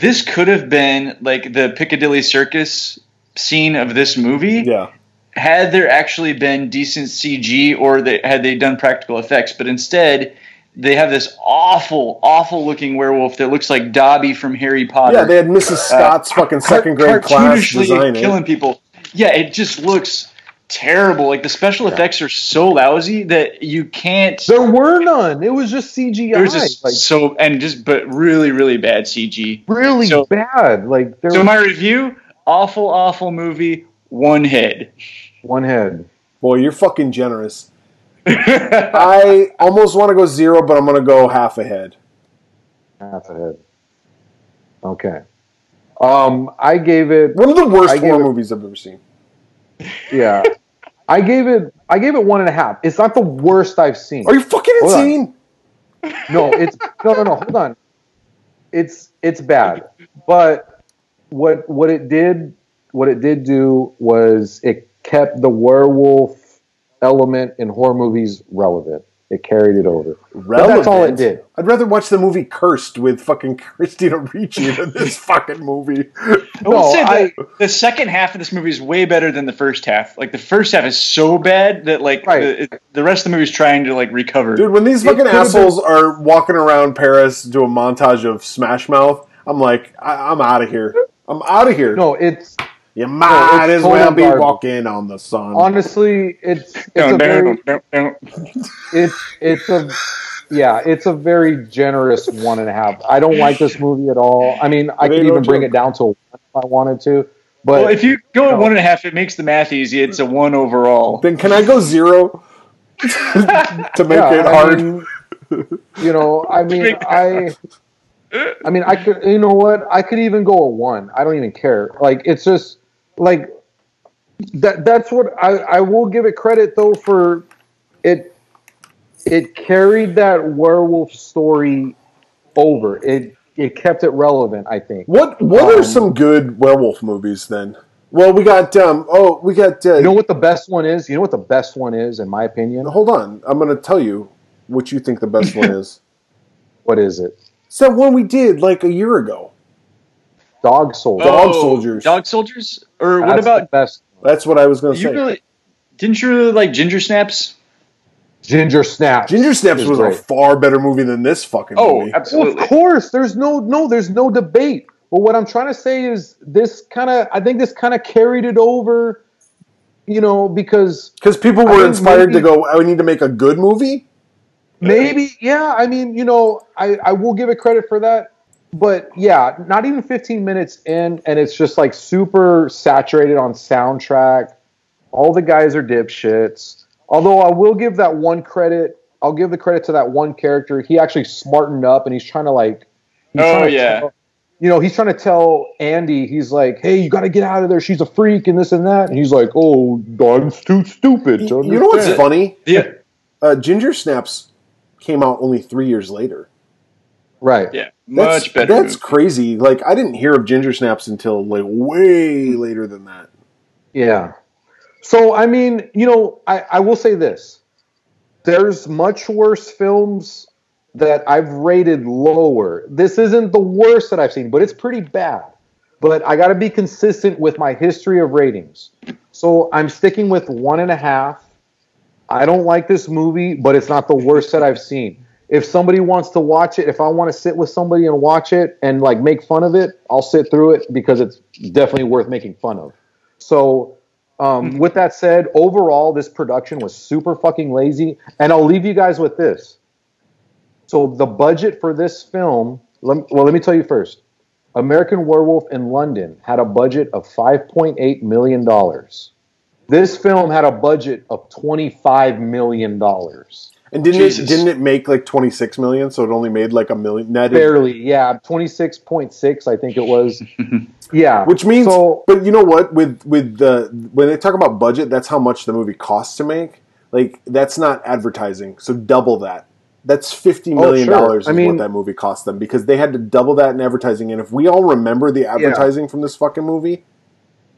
Speaker 5: this could have been like the Piccadilly Circus scene of this movie
Speaker 3: yeah.
Speaker 5: had there actually been decent CG or they, had they done practical effects. But instead, they have this awful, awful looking werewolf that looks like Dobby from Harry Potter
Speaker 3: Yeah, they had Mrs. Scott's fucking second grade
Speaker 5: uh, cartoonishly
Speaker 3: class design it.
Speaker 4: eh?
Speaker 5: killing people. Yeah, it just looks terrible. Like the special effects are so lousy that you can't.
Speaker 4: there were none. It was just CGI.
Speaker 5: There's just
Speaker 4: like
Speaker 5: so and just but really really bad CG.
Speaker 4: really
Speaker 5: so-
Speaker 4: bad. Like there
Speaker 5: So
Speaker 4: was
Speaker 5: my review: awful, awful movie. One head. [LAUGHS]
Speaker 4: one head.
Speaker 3: Boy, you're fucking generous.
Speaker 4: Oh,
Speaker 3: I almost want to go zero, but I'm going to go half a head.
Speaker 4: Half a head. Okay. Um, I gave it.
Speaker 3: One of the worst
Speaker 4: I give
Speaker 3: horror
Speaker 4: it-
Speaker 3: movies I've ever seen.
Speaker 5: [LAUGHS]
Speaker 4: Yeah. I gave it. I gave it one and a half. It's not the worst I've seen.
Speaker 3: Are you fucking
Speaker 4: Hold on.
Speaker 3: insane?
Speaker 4: No, it's no, no, no. Hold on. It's it's bad, but what what it did what it did do was it kept the werewolf element in horror movies relevant. It carried it over. But that's all it
Speaker 3: Relevant.
Speaker 4: did.
Speaker 3: I'd rather watch the movie Cursed with fucking [LAUGHS] Christina Ricci [LAUGHS] than this fucking movie.
Speaker 5: I will
Speaker 4: No,
Speaker 5: say
Speaker 4: I-
Speaker 5: that the second half of this movie is way better than the first half. Like the first half is so bad that like
Speaker 4: Right.
Speaker 5: the, the rest of the movie is trying to like recover.
Speaker 3: Dude, when these fucking
Speaker 4: could've been-
Speaker 3: assholes are walking around Paris to a montage of Smash Mouth, I'm like, I- I'm out of here. I'm out of here.
Speaker 4: No, it's
Speaker 3: you might
Speaker 4: it's
Speaker 3: as well
Speaker 4: total
Speaker 3: be
Speaker 4: garbage.
Speaker 3: walking on the sun.
Speaker 4: honestly it's it's a very it's it's a yeah it's a very generous one and a half. I don't like this movie at all. I mean, I
Speaker 3: It ain't
Speaker 4: could
Speaker 3: no
Speaker 4: even bring
Speaker 3: joke.
Speaker 4: it down to one if I wanted to, but
Speaker 5: Well, if you go at
Speaker 4: No.
Speaker 5: one and a half, it makes the math easy. It's a one overall.
Speaker 3: then can I go zero [LAUGHS] to make it
Speaker 4: I
Speaker 3: hard? [LAUGHS]
Speaker 4: mean, you know, I mean, I, I mean, I could. You know what? I could even go a one. I don't even care. Like it's just like that. That's what I. I will give it credit though for it. It carried that werewolf story over. It it kept it relevant. I think.
Speaker 3: what What are
Speaker 4: Um,
Speaker 3: some good werewolf movies then? Well, we got um. Oh, we got. Uh,
Speaker 4: You know what the best one is? You know what the best one is, in my opinion?
Speaker 3: hold on. I'm gonna tell you what you think the best one
Speaker 5: [LAUGHS]
Speaker 3: is.
Speaker 4: What is it?
Speaker 3: It's that one we did like a year ago.
Speaker 4: Dog Soldier.
Speaker 3: Dog soldiers.
Speaker 5: Oh, Dog soldiers? Or
Speaker 4: That's
Speaker 5: Uh, what
Speaker 4: the
Speaker 5: about
Speaker 4: best?
Speaker 3: That's what I was gonna
Speaker 5: you
Speaker 3: say.
Speaker 5: really didn't you really like ginger snaps?
Speaker 4: Ginger Snaps.
Speaker 3: Ginger Snaps
Speaker 4: is
Speaker 3: was
Speaker 4: great.
Speaker 3: a far better movie than this fucking
Speaker 5: Oh,
Speaker 3: movie.
Speaker 4: Well, of course, there's no no, there's no debate. But what I'm trying to say is this kind of, I think this kind of carried it over, you know, because
Speaker 3: Because people
Speaker 4: I
Speaker 3: were
Speaker 4: think
Speaker 3: inspired to
Speaker 4: maybe-
Speaker 3: go. I need to make a good movie.
Speaker 4: maybe, yeah, I mean, you know, I I will give it credit for that. But yeah, not even 15 minutes in, and it's just like super saturated on soundtrack. All the guys are dipshits. Although I will give that one credit. I'll give the credit to that one character. He actually smartened up, and he's trying to like He's
Speaker 5: Oh,
Speaker 4: trying to
Speaker 5: yeah.
Speaker 4: tell- you know, he's trying to tell Andy, he's like, "Hey, you got to get out of there. She's a freak and this and that." And he's like, "Oh, I'm too stupid." To
Speaker 3: You know what's
Speaker 4: understand."
Speaker 3: funny?
Speaker 5: Yeah.
Speaker 3: Uh, Ginger Snaps came out only three years later.
Speaker 4: Right.
Speaker 5: Yeah.
Speaker 3: That's,
Speaker 5: Much better.
Speaker 3: That's
Speaker 5: movie.
Speaker 3: crazy. Like I didn't hear of Ginger Snaps until like way later than that.
Speaker 4: Yeah. So I mean, you know, I, I will say this. There's much worse films that I've rated lower. This isn't the worst that I've seen, but it's pretty bad. But I gotta be consistent with my history of ratings. So I'm sticking with one and a half. I don't like this movie, but it's not the worst that I've seen. If somebody wants to watch it, if I want to sit with somebody and watch it and like make fun of it, I'll sit through it because it's definitely worth making fun of. So,
Speaker 3: Hmm.
Speaker 4: um, with that said, overall, this production was super fucking lazy. And I'll leave you guys with this. So, the budget for this film, let me, well, let me tell you first American Werewolf in London had a budget of $5.8 million. This film had a budget of $25 million.
Speaker 3: And didn't it,
Speaker 5: Jesus.
Speaker 3: didn't it make like twenty six million? So it only made like a million netted,
Speaker 4: Barely, yeah, 26.6, I think
Speaker 3: [LAUGHS]
Speaker 4: it was. yeah.
Speaker 3: which means.
Speaker 4: so,
Speaker 3: but you know what? With with the when they talk about budget, that's how much the movie costs to make. Like that's not advertising. So double that. That's fifty
Speaker 4: Oh,
Speaker 3: million
Speaker 4: sure.
Speaker 3: dollars
Speaker 4: I
Speaker 3: is
Speaker 4: mean-
Speaker 3: what that movie cost them because they had to double that in advertising. And if we all remember the advertising from this fucking movie,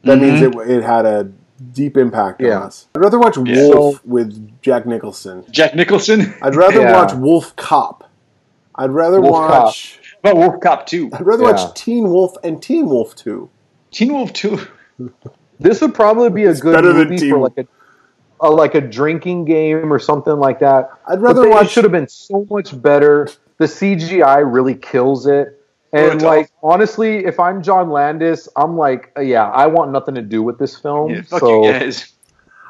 Speaker 3: that means it, it had a deep impact
Speaker 4: Yeah.
Speaker 3: on us. I'd rather watch
Speaker 5: Yeah.
Speaker 3: Wolf with Jack Nicholson.
Speaker 5: Jack [LAUGHS] Nicholson.
Speaker 3: I'd rather
Speaker 4: Yeah.
Speaker 3: watch Wolf Cop. I'd rather
Speaker 4: Wolf Cop.
Speaker 3: watch.
Speaker 5: But Wolf Cop 2.
Speaker 3: I'd rather
Speaker 4: Yeah.
Speaker 3: watch Teen Wolf and Teen Wolf Two.
Speaker 5: Teen Wolf 2.
Speaker 4: This would probably be a good
Speaker 3: better than
Speaker 4: movie
Speaker 3: Teen
Speaker 4: for
Speaker 3: Wolf.
Speaker 4: like a, a like a drinking game or something like that.
Speaker 3: I'd
Speaker 4: But
Speaker 3: rather
Speaker 4: they-
Speaker 3: watch.
Speaker 4: It should have been so much better. The CGI really kills it. And
Speaker 5: it's
Speaker 4: like honestly, if I'm John Landis, I'm like, uh, yeah, I want nothing to do with this film.
Speaker 5: Yeah, fuck
Speaker 4: so
Speaker 5: you guys.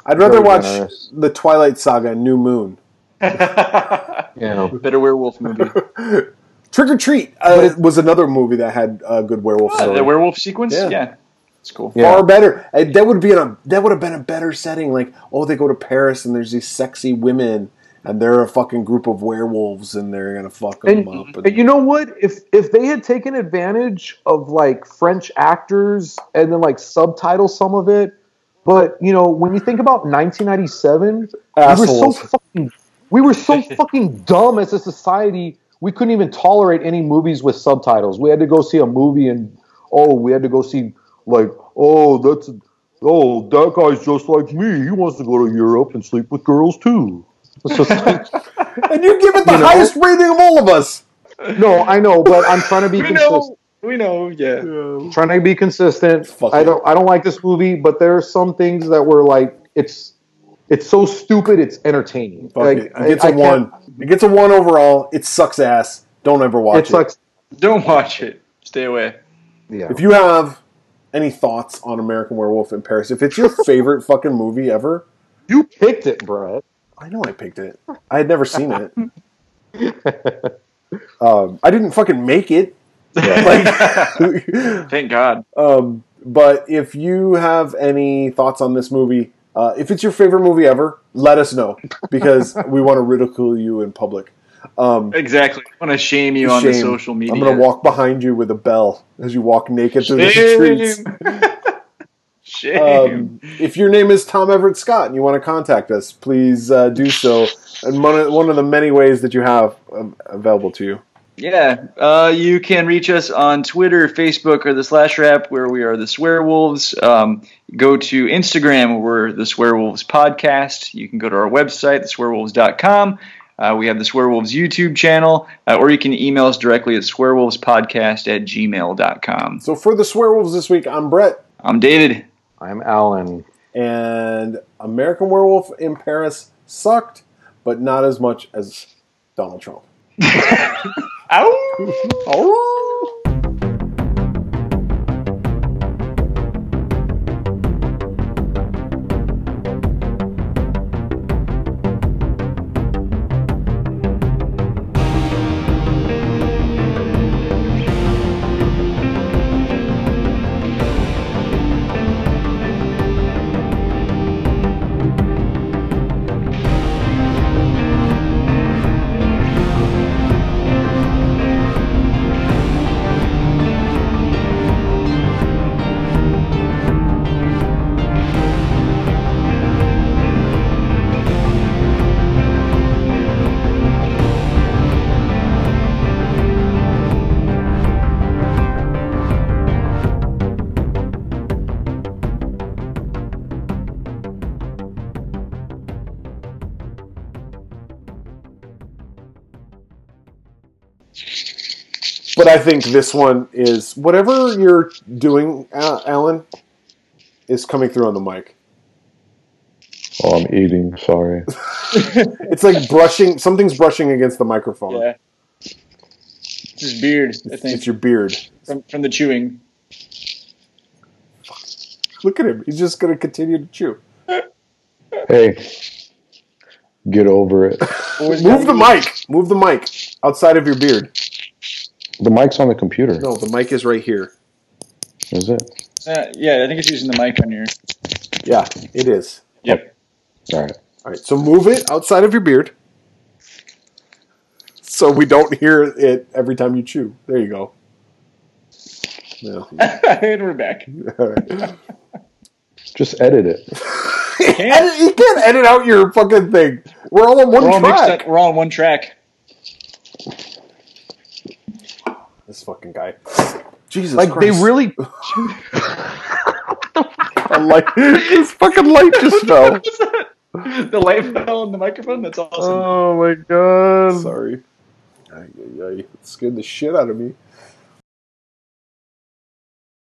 Speaker 3: I'd rather
Speaker 4: Very
Speaker 3: watch
Speaker 4: generous.
Speaker 3: the Twilight Saga: New Moon.
Speaker 5: [LAUGHS] Better
Speaker 4: you know,
Speaker 5: werewolf
Speaker 3: [LAUGHS]
Speaker 5: movie.
Speaker 3: Trick or Treat uh, was another movie that had a good werewolf
Speaker 5: Oh,
Speaker 3: story.
Speaker 5: the werewolf sequence?
Speaker 3: Yeah.
Speaker 5: Yeah. It's cool.
Speaker 4: Yeah.
Speaker 3: Far better. Uh, That would be in a that would have been a better setting. Like, oh, they go to Paris and there's these sexy women and they're a fucking group of werewolves and they're gonna fuck them
Speaker 4: and,
Speaker 3: up.
Speaker 4: and you know what? If if they had taken advantage of like French actors and then like subtitle some of it, but you know, when you think about 1997, we were
Speaker 3: Assholes.
Speaker 4: so fucking we were
Speaker 5: [LAUGHS]
Speaker 4: so fucking dumb as a society. We couldn't even tolerate any movies with subtitles. We had to go see a movie and oh, we had to go see like oh that's oh that guy's just like me. He wants to go to Europe and sleep with
Speaker 5: [LAUGHS]
Speaker 4: girls too. It's just like-
Speaker 3: and you give it the
Speaker 4: you know-
Speaker 3: highest rating of all of us.
Speaker 4: [LAUGHS] no, I know, but I'm trying to be
Speaker 5: We
Speaker 4: consistent.
Speaker 5: know. We know, yeah.
Speaker 4: trying to be consistent.
Speaker 3: Fuck
Speaker 4: I
Speaker 3: it.
Speaker 4: don't I don't like this movie, but there are some things that were like it's it's so stupid it's entertaining.
Speaker 3: Fuck
Speaker 4: like
Speaker 3: it. It gets a
Speaker 4: a
Speaker 3: one. It gets a one overall. It sucks ass. Don't ever watch
Speaker 4: It
Speaker 3: it.
Speaker 4: sucks.
Speaker 5: Don't watch it. Stay away.
Speaker 4: Yeah.
Speaker 3: If you have any thoughts on American Werewolf in Paris, if
Speaker 4: [LAUGHS]
Speaker 3: it's your favorite fucking movie ever,
Speaker 4: You picked it, Brett.
Speaker 3: I know I picked it. I had never seen it. [LAUGHS] um, I didn't fucking make it. [LAUGHS] Like,
Speaker 5: Thank God.
Speaker 3: um, but if you have any thoughts on this movie, uh, if it's your favorite movie ever, let us know because we want to ridicule you in public. Um,
Speaker 5: Exactly. I want to shame you on the
Speaker 3: shame.
Speaker 5: social media.
Speaker 3: I'm gonna walk behind you with a bell as you walk naked through the streets.
Speaker 5: Shame. [LAUGHS] Shame.
Speaker 3: Um, if your name is Tom Everett Scott and you want to contact us, please uh, do so. And one of, one of the many ways that you have um, available to you.
Speaker 5: yeah. Uh, you can reach us on Twitter, Facebook, or the Slash Rap, where we are the Swearwolves. Um, go to Instagram, where we're the Swearwolves Podcast. You can go to our website, theswearwolves.com. Uh, we have the Swearwolves YouTube channel, uh, or you can email us directly at swearwolvespodcast at gmail.com.
Speaker 3: So for the Swearwolves this week, I'm Brett,
Speaker 5: I'm David.
Speaker 4: I'm Alan.
Speaker 3: and American Werewolf in Paris sucked, but not as much as Donald Trump.
Speaker 4: [LAUGHS]
Speaker 5: Ow!
Speaker 3: Oh. But I think this one is whatever you're doing, Al- Alan, is coming through on the mic.
Speaker 4: Oh, I'm eating. Sorry.
Speaker 3: It's like brushing. Something's brushing against the microphone.
Speaker 5: Yeah. It's his beard, I
Speaker 3: It's
Speaker 5: think,
Speaker 3: your beard.
Speaker 5: from, from the chewing.
Speaker 3: Look at him. He's just gonna continue to chew.
Speaker 4: hey, get over it.
Speaker 3: Move the mic. Move the mic outside of your beard.
Speaker 4: The mic's on the computer.
Speaker 3: No, the mic is right here.
Speaker 4: Is it?
Speaker 5: Uh, yeah, I think it's using the mic on your. [LAUGHS]
Speaker 3: Yeah, it is.
Speaker 5: Yep.
Speaker 4: All right.
Speaker 3: All right, so move it outside of your beard, so we don't hear it every time you chew. There you go. Yeah.
Speaker 5: and we're back.
Speaker 3: [LAUGHS] All right.
Speaker 4: Just edit it.
Speaker 3: edit, you can't edit out your fucking thing. We're all on one
Speaker 5: We're all mixed
Speaker 3: track.
Speaker 5: up. We're all on one track.
Speaker 3: This fucking guy. Jesus
Speaker 4: Like
Speaker 3: Christ. [LAUGHS]
Speaker 4: they really [LAUGHS]
Speaker 3: A light, [LAUGHS] his fucking light just
Speaker 5: [LAUGHS]
Speaker 3: fell.
Speaker 5: What's that? The light fell on the microphone. That's awesome.
Speaker 4: Oh my god.
Speaker 3: Sorry. Ay, ay, ay. It scared the shit out of me.